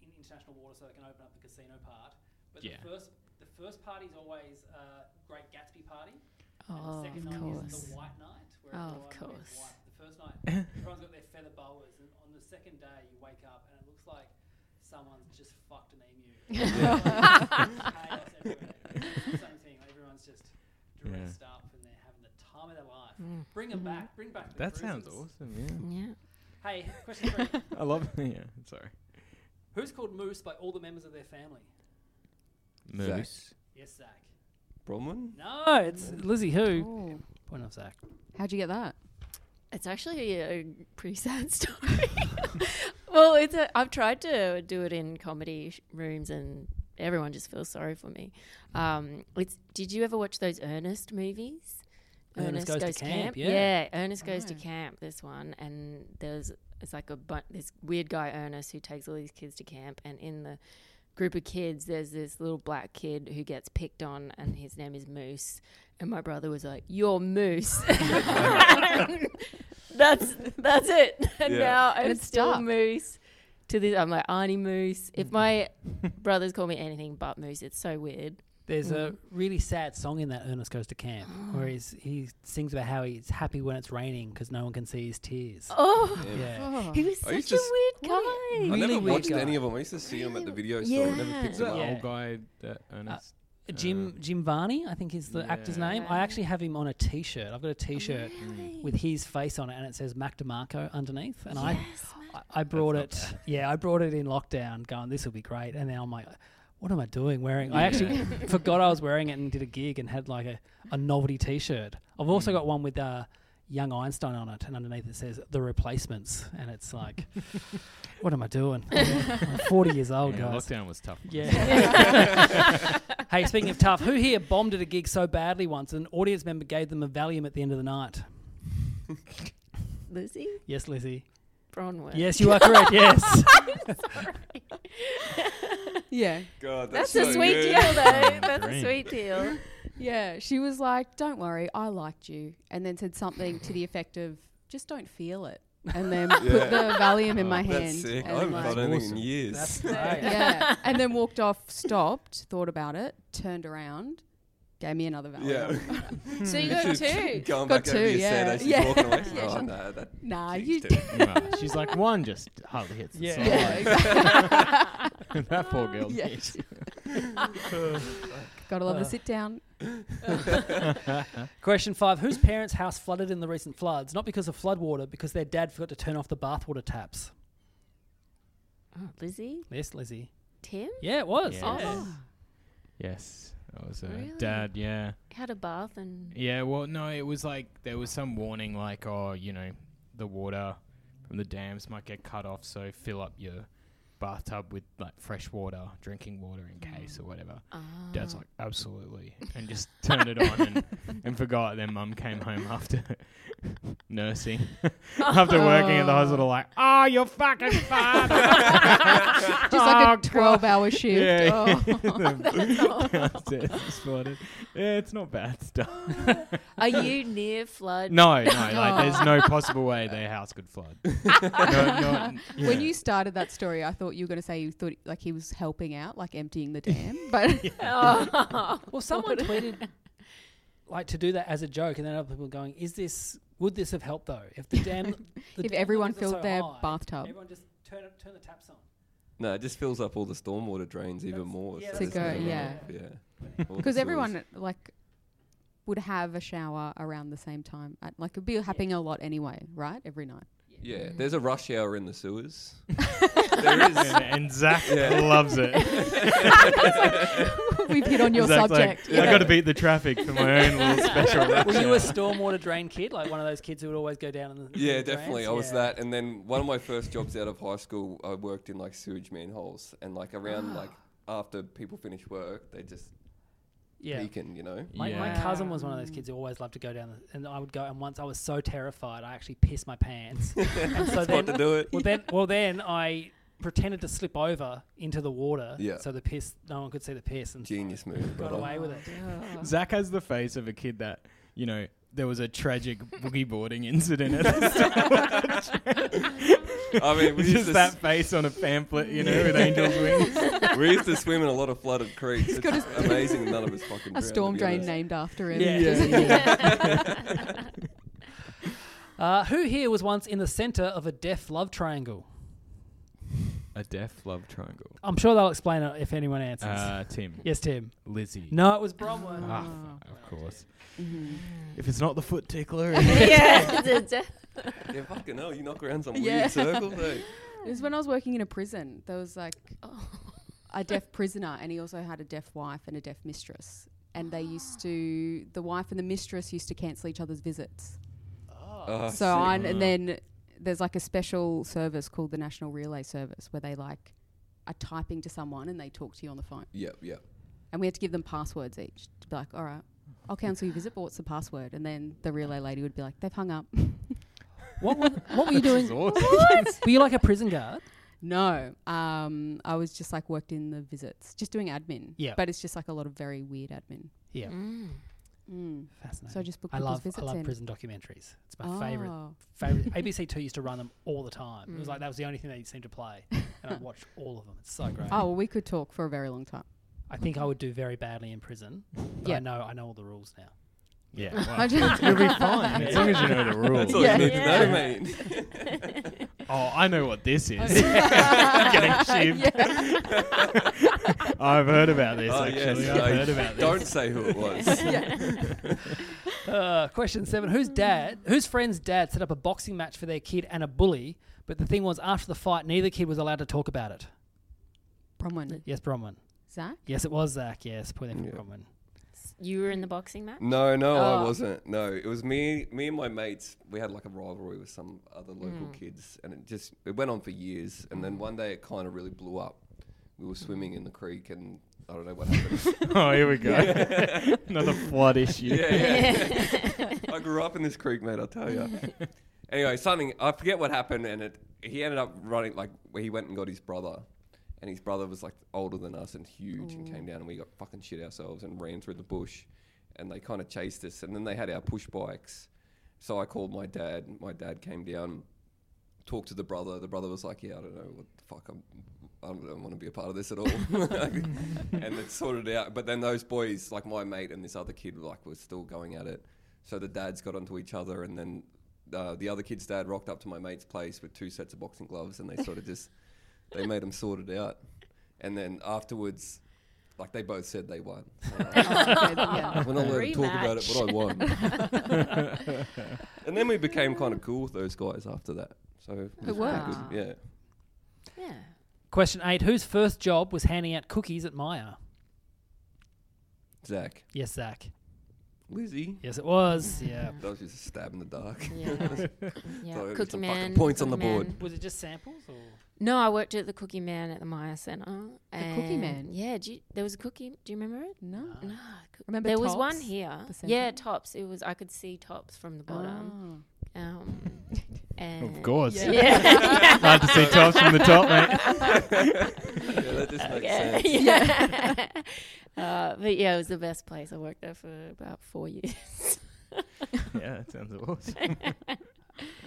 S1: in international water, so they can open up the casino part. But
S2: Yeah.
S1: the first the first party is always uh, Great Gatsby party.
S4: Oh,
S1: and the second night
S4: of
S1: is the
S4: course.
S1: White Night. Where
S4: Oh,
S1: everyone
S4: of
S1: is
S4: course.
S1: White. The first night, everyone's got their feather boas, and on the second day you wake up and it looks like someone's just fucked an emu. Chaos everywhere. It's the Same thing. like, everyone's just
S2: Yeah.
S1: dressed up and they're having the time of their life.
S4: Mm.
S1: Bring
S4: Mm-hmm.
S1: them back. Bring back. The
S2: That sounds
S1: cruises.
S2: awesome. Yeah,
S4: Yeah.
S1: Hey, question three.
S2: I love. Yeah, sorry.
S1: Who's called Moose by all the members of their family?
S5: Zach.
S2: Moose.
S1: Yes, Zach.
S5: Bronwyn?
S1: No, it's Lizzie who.
S3: Oh.
S1: Point off Zach.
S3: How'd you get that?
S4: It's actually a pretty sad story. well, it's a, I've tried to do it in comedy sh- rooms, and everyone just feels sorry for me. Um, it's did you ever watch those Ernest movies?
S1: Ernest Goes to Camp, yeah. Oh.
S4: Ernest goes to
S3: No.
S4: camp. This one, and there's it's like a bu- this weird guy Ernest who takes all these kids to camp, and in the group of kids, there's this little black kid who gets picked on, and his name is Moose. And my brother was like, "You're Moose." that's that's it. And
S5: Yeah.
S4: now I'm
S3: it's
S4: still
S3: stuck.
S4: Moose. To this, I'm like Arnie Moose. If my brothers call me anything but Moose, it's so weird.
S1: There's a really sad song in that Ernest Goes to Camp where he's, he sings about how he's happy when it's raining because no one can see his tears.
S4: Oh,
S1: Yeah.
S3: Oh.
S4: he was
S5: I used
S4: such a
S5: to s-
S4: weird guy.
S5: I
S1: Really
S5: never
S1: weird
S5: watched
S1: guy.
S5: any of them. I used to see them at the video store. I never
S4: Yeah.
S5: picked
S2: Is
S5: them
S2: that
S5: up.
S1: Yeah.
S2: old guy that Ernest?
S1: Jim Jim Varney, I think is the actor's
S2: Yeah.
S1: name. I actually have him on a T-shirt. I've got a T-shirt
S4: Really?
S1: with his face on it, and it says Mac DeMarco underneath. And I
S4: Yes, man.
S1: I- I brought
S2: not
S1: it. Yeah, I brought it in lockdown, going, "This will be great." And then I'm like, "What am I doing? Wearing?" I actually forgot I was wearing it and did a gig and had like a, a novelty T-shirt. I've also got one with uh, young Einstein on it, and underneath it says "The Replacements," and it's like, "What am I doing? I'm 40 years old,
S2: yeah,
S1: guys."
S2: lockdown was tough.
S1: Yeah. hey, speaking of tough, who here bombed at a gig so badly once an audience member gave them a Valium at the end of the night?
S4: Lizzie
S1: Yes, Lizzie.
S4: Bronwyn.
S1: Yes, you are correct. Yes.
S3: Yeah.
S5: Oh, God,
S4: that's,
S5: that's,
S4: a
S5: so
S4: sweet
S5: good.
S4: deal, though.
S2: Yeah,
S4: that's a
S2: dream.
S4: sweet deal.
S3: Yeah. She was like, Don't worry, I liked you and then said something to the effect of just don't feel it. And then put the Valium in my
S5: Oh, That's
S3: hand.
S5: sick. I
S3: and
S5: haven't
S3: like-
S5: felt anything
S2: Awesome.
S5: in years.
S1: That's great.
S3: yeah. And then walked off, stopped, thought about it, turned around, gave me another Valium.
S5: yeah.
S4: So you got two.
S3: Got
S5: Going back over
S3: two,
S5: your set
S3: yeah.
S5: as she's
S3: Yeah.
S5: walking away.
S3: Yeah,
S5: Oh,
S3: sure.
S5: no, that
S3: Nah,
S5: cheeks
S3: you
S5: too.
S3: did.
S2: Nah, she's like one just hardly hits the
S1: Yeah.
S2: song.
S3: Yeah,
S2: that poor girl.
S3: Yeah. Gotta love the
S5: Oh.
S3: sit down.
S1: Question five: Whose parents' house flooded in the recent floods? Not because of floodwater, because their dad forgot to turn off the bathwater taps.
S4: Oh, Lizzie,
S1: Yes, Lizzie.
S4: Tim
S1: Yeah, it was.
S2: Yeah.
S1: Yeah.
S4: Oh.
S2: Yes, that was a
S4: Really?
S2: dad. Yeah,
S4: had a bath and
S2: yeah. Well, no, it was like there was some warning, like oh, you know, the water from the dams might get cut off, so fill up your bathtub with like fresh water, drinking water in case or whatever. Dad's like, absolutely, and just turned it on and, and forgot. Then mum came home after nursing, after working at the hospital, like, oh, you're fucking father.
S3: Just like a
S2: Oh,
S3: 12 hour shift.
S2: Yeah.
S3: Oh.
S2: That's it. It's flooded. Yeah, it's not bad stuff.
S4: ah. Are you near flood?
S2: No, no, like there's no possible way their house could flood. No, no, yeah.
S3: When you started that story, I thought you were going to say you thought like he was helping out, like emptying the dam. But
S4: Oh.
S1: Well, someone tweeted like to do that as a joke, and then other people going, "Is this? Would this have helped though? If the dam, the
S3: if
S1: dam
S3: everyone
S1: levels are
S3: filled
S1: so
S3: their
S1: high,
S3: bathtub,
S1: everyone just turn it, turn the taps on."
S5: No, it just fills up all the stormwater drains even more.
S1: yeah,
S3: To
S5: so there's
S3: go,
S5: no runoff,
S3: yeah.
S5: yeah. All the
S3: because
S5: sewers.
S3: everyone like would have a shower around the same time. At, like it'd be happening a lot anyway, right? Every night.
S5: Yeah, there's a rush hour in the sewers. there is.
S2: and, and Zach
S5: Yeah.
S2: loves it.
S3: We've hit on your
S2: Zach's like,
S3: subject.
S2: I got to beat the traffic for my own little special.
S1: Were you a stormwater drain kid, like one of those kids who would always go down in the
S5: Yeah,
S1: the drains?
S5: definitely. I was
S1: Yeah.
S5: that. And then one of my first jobs out of high school, I worked in like sewage manholes. And like
S3: Ah.
S5: around like after people finish work, they just
S1: Yeah.
S5: peeking, you know?
S1: My, my
S2: Yeah.
S1: cousin was one of those kids who always loved to go down, the, and I would go. And once I was so terrified, I actually pissed my pants. and so
S5: Got to do it.
S1: well, then, well, then I pretended to slip over into the water,
S5: Yeah.
S1: so the piss, no one could see the piss, and
S5: Genius move.
S1: got
S5: brother.
S1: away with it.
S2: Zach has the face of a kid that you know. There was a tragic boogie boarding incident at the start.
S5: I mean, we used,
S2: Just
S5: to
S2: that face on a pamphlet, you know, with angel's wings.
S5: s- we used to swim in a lot of flooded creeks. It's amazing none of us fucking
S3: a
S5: drowned, to
S3: storm
S5: be
S3: drain
S5: honest.
S3: named after him.
S1: Yeah.
S3: Just-
S1: Uh, who here was once in the centre of a deaf love triangle?
S2: A deaf love triangle.
S1: I'm sure they'll explain it if anyone answers.
S2: Uh, Tim,
S1: yes, Tim.
S2: Lizzie.
S1: No, it was
S3: Oh.
S1: Bronwyn.
S2: Ah, fuck, of course.
S3: Mm-hmm.
S2: If it's not the foot tickler,
S4: yeah. it's a-
S5: Yeah, fucking hell, you knock around some
S3: Yeah.
S5: weird circles, eh?
S3: It was when I was working in a prison. There was like
S1: Oh.
S3: a deaf prisoner, and he also had a deaf wife and a deaf mistress. And they used to, the wife and the mistress used to cancel each other's visits.
S5: Oh,
S3: so I, Mm. and then there's like a special service called the National Relay Service where they like are typing to someone and they talk to you on the phone.
S5: Yep, yep.
S3: And we had to give them passwords each to be like, all right, I'll cancel your visit, but what's the password? And then the relay lady would be like, they've hung up.
S1: What, were, what were you doing? Were you like a prison guard?
S3: No, um, I was just like worked in the visits, just doing admin.
S1: Yeah.
S3: but it's just like a lot of very weird admin.
S1: Yeah,
S3: Mm.
S1: fascinating.
S3: So I just booked
S1: I
S3: people's
S1: love I
S3: visits
S1: love
S3: in.
S1: prison documentaries. It's my favorite
S3: Oh.
S1: favorite. ABC Two used to run them all the time.
S3: Mm.
S1: It was like that was the only thing they seemed to play, and I watched all of them. It's so great.
S3: Oh, well, we could talk for a very long time.
S1: I think I would do very badly in prison. But I
S3: Yeah.
S1: know I know all the rules now.
S2: yeah,
S3: I
S2: well,
S3: just-
S2: you'll be fine as long as you know the rules.
S5: That's all
S3: Yeah.
S5: you need
S4: Yeah.
S5: to know, mate.
S2: Oh, I know what this is. Getting shivved. I've heard about this
S5: Oh,
S2: actually.
S5: yes,
S2: I've
S5: I-
S2: heard about this.
S5: Don't say who it was.
S1: Uh, question seven: Whose dad, whose friend's dad, set up a boxing match for their kid and a bully? But the thing was, after the fight, neither kid was allowed to talk about it.
S3: Bronwyn,
S1: Yes, Bronwyn.
S3: Zach,
S1: Yes, it was Zach. Yes, point there for Bronwyn.
S4: you were in the boxing match?
S5: No, no,
S4: Oh.
S5: I wasn't. No, it was me, me and my mates. We had like a rivalry with some other local
S2: Mm.
S5: kids, and it just it went on for years. And then one day it kind of really blew up. We were swimming in the creek, and I don't know what happened.
S2: Oh, here we go. Another flood issue.
S5: yeah, yeah. I grew up in this creek, mate. I'll tell you. anyway, something I forget what happened, and it he ended up running like where he went and got his brother. And his brother was like older than us and huge, and came down, and we got fucking shit ourselves and ran through the bush. And they kind of chased us, and then they had our push bikes. So I called my dad. My dad came down, talked to the brother. The brother was like, "Yeah, I don't know what the fuck. I'm, I don't want to be a part of this at all." and it sorted out. But then those boys, like my mate and this other kid, like were still going at it. So the dads got onto each other, and then uh, the other kid's dad rocked up to my mate's place with two sets of boxing gloves, and they sort of just they made them sort it out. And then afterwards, like they both said they won.
S3: Oh, okay, yeah.
S5: We're not allowed to talk about it, but I won. and then we became kind of cool with those guys after that. So it, was
S3: worked.
S5: pretty good, Yeah.
S4: Yeah.
S1: Question eight: Whose first job was handing out cookies at Maya?
S5: Zach.
S1: Yes, Zach.
S5: Lizzie.
S1: Yes, it was. Yeah.
S5: That was just a stab in the dark.
S4: Yeah. yeah.
S5: So it was
S4: Cookie
S5: some fucking
S4: Man.
S5: points on
S4: Cookie
S5: the board.
S4: Man.
S1: Was it just samples or?
S4: No, I worked at the Cookie Man at the Maya Centre.
S3: The Cookie
S4: and
S3: Man?
S4: Yeah, do you, there was a cookie. Do you remember it?
S3: No.
S4: No,
S3: Remember
S4: there was one
S3: Tops?
S4: here.
S3: The centre?
S4: Yeah, tops. It was. I could see tops from the bottom.
S3: Oh.
S4: Um, and
S2: Of course.
S1: Yeah.
S4: Yeah.
S2: Hard to see tops from the top, mate.
S5: yeah, that just makes
S4: Okay.
S5: sense.
S4: yeah. uh, but yeah, it was the best place. I worked there for about four years.
S2: yeah, that sounds awesome.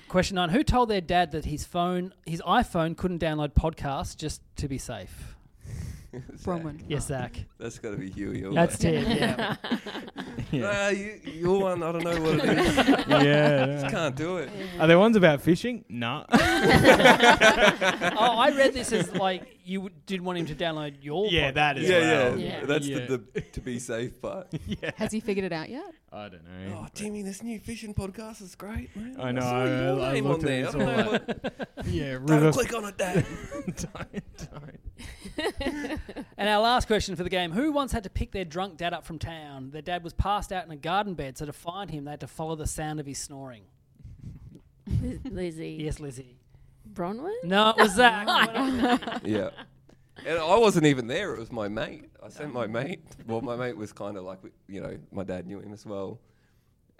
S1: Question nine: Who told their dad that his phone, his iPhone, couldn't download podcasts just to be safe?
S5: Zach,
S3: Bronwyn.
S1: Yes, Zach.
S5: That's got to be Huey. or
S1: That's
S5: like,
S1: Ted. Yeah.
S2: Yeah.
S5: Ah, you, your one. I don't know what it is.
S2: yeah.
S5: just can't do it.
S2: Are there ones about fishing? Nah.
S1: oh, I read this as like you w- didn't want him to download your.
S2: Yeah,
S1: podcast.
S2: that
S5: Yeah,
S2: is-
S5: yeah,
S2: Wow.
S4: Yeah.
S5: That's
S2: Yeah.
S5: The, the to be safe part.
S2: yeah.
S3: Has he figured it out yet?
S2: I don't know.
S5: Oh, Timmy, this new fishing podcast is great, man.
S2: I know,
S5: saw
S2: I-
S5: your
S2: I
S5: name
S2: looked
S5: on
S2: at it,
S5: there.
S2: it's
S5: I don't
S2: all
S5: know
S2: like-
S5: what-
S2: yeah,
S5: Don't
S2: river.
S5: click on it, Dad.
S2: don't, don't.
S1: And our last question for the game: Who once had to pick their drunk dad up from town? Their dad was passed out in a garden bed, so to find him, they had to follow the sound of his snoring.
S4: Liz- Lizzie.
S1: Yes, Lizzie.
S4: Bronwyn?
S1: No, it was Zach.
S5: yeah. And I wasn't even there. It was my mate. I sent my mate. Well, my mate was kind of like, you know, my dad knew him as well.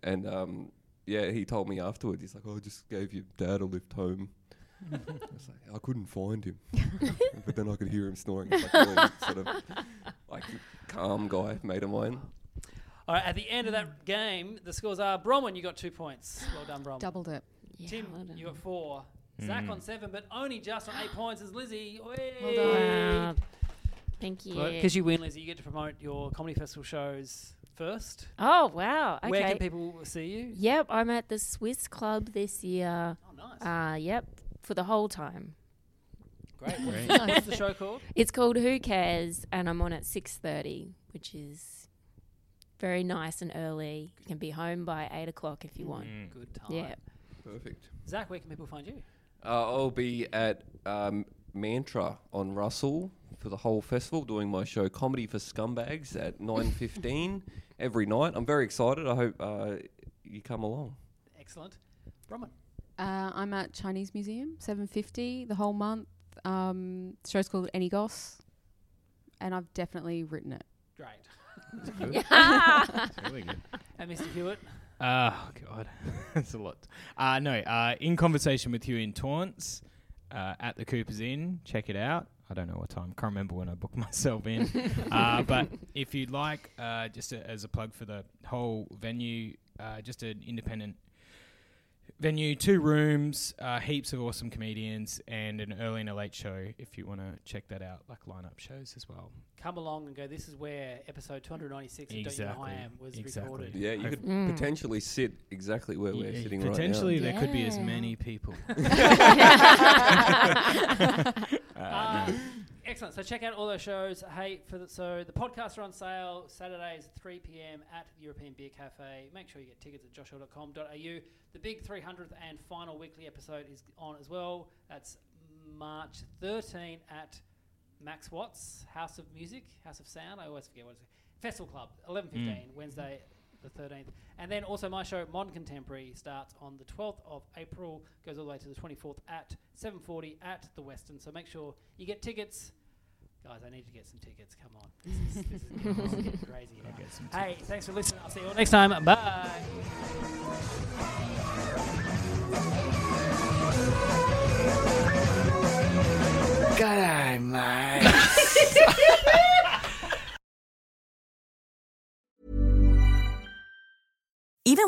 S5: And um, yeah, he told me afterwards, he's like, oh, I just gave your dad a lift home. I was like, I couldn't find him. but then I could hear him snoring. He's Like, really sort of like calm guy, mate of mine.
S1: All right. At the end of that game, the scores are: Bronwyn, you got two points. Well done, Bronwyn.
S3: Doubled it.
S4: Yeah,
S1: Tim,
S4: well done.
S1: you got four. Zach on seven, but only just on eight points is Lizzie.
S4: Wow. Thank you.
S1: Because you win, Lizzie, you get to promote your comedy festival shows first.
S4: oh, wow. Okay.
S1: Where can people see you?
S4: yep, I'm at the Swiss Club this year.
S1: Oh, nice.
S4: Uh, yep, for the whole time.
S1: Great.
S2: Great.
S1: What's the show called?
S4: It's called Who Cares, and I'm on at 6.30, which is very nice and early. You can be home by 8 o'clock if you want.
S2: Hmm. Mm,
S1: Good time.
S4: Yeah.
S5: Perfect.
S1: Zach, where can people find you?
S5: Uh, I'll be at um, Mantra on Russell for the whole festival, doing my show Comedy for Scumbags at nine fifteen every night. I'm very excited. I hope uh, you come along.
S1: Excellent. Roman.
S3: Uh, I'm at Chinese Museum, 750 the whole month. Um, the show's called Any Goss, and I've definitely written it.
S1: Great. Mm.
S2: Really good.
S1: And Mr. Hewitt.
S2: Oh God, that's a lot. Uh, no, uh, in conversation with you in Taunts uh, at the Cooper's Inn. Check it out. I don't know what time. Can't remember when I booked myself in. uh, but if you'd like, uh, just a, as a plug for the whole venue, uh, just an independent venue, two rooms, uh, heaps of awesome comedians, and an early and a late show. If you want to check that out, like lineup shows as well.
S1: Come along and go. This is where episode 296 of Don't You Know Who I Am was
S2: Exactly.
S1: recorded.
S5: Yeah, you could potentially sit exactly where we're
S2: Mm. Yeah,
S5: sitting
S2: potentially
S5: right
S2: there could be as
S4: Yeah.
S2: many people.
S1: Uh, excellent. So check out all those shows. Hey, for the, so the podcasts are on sale Saturdays 3 p.m. at the European Beer Cafe. Make sure you get tickets at joshua.com.au. The big 300th and final weekly episode is on as well. That's March 13 at Max Watts House of Music, House of Sound. I always forget what it's Festival Club, 11:15 Wednesday the 13th. And then also my show Modern Contemporary starts on the 12th of April, goes all the way to the 24th at 7:40 at the Western. So make sure you get tickets. Guys, I need to get some tickets. Come on. This is, this is getting- this is getting crazy. now. Hey, thanks for listening. I'll see you all next time. Bye.
S6: Even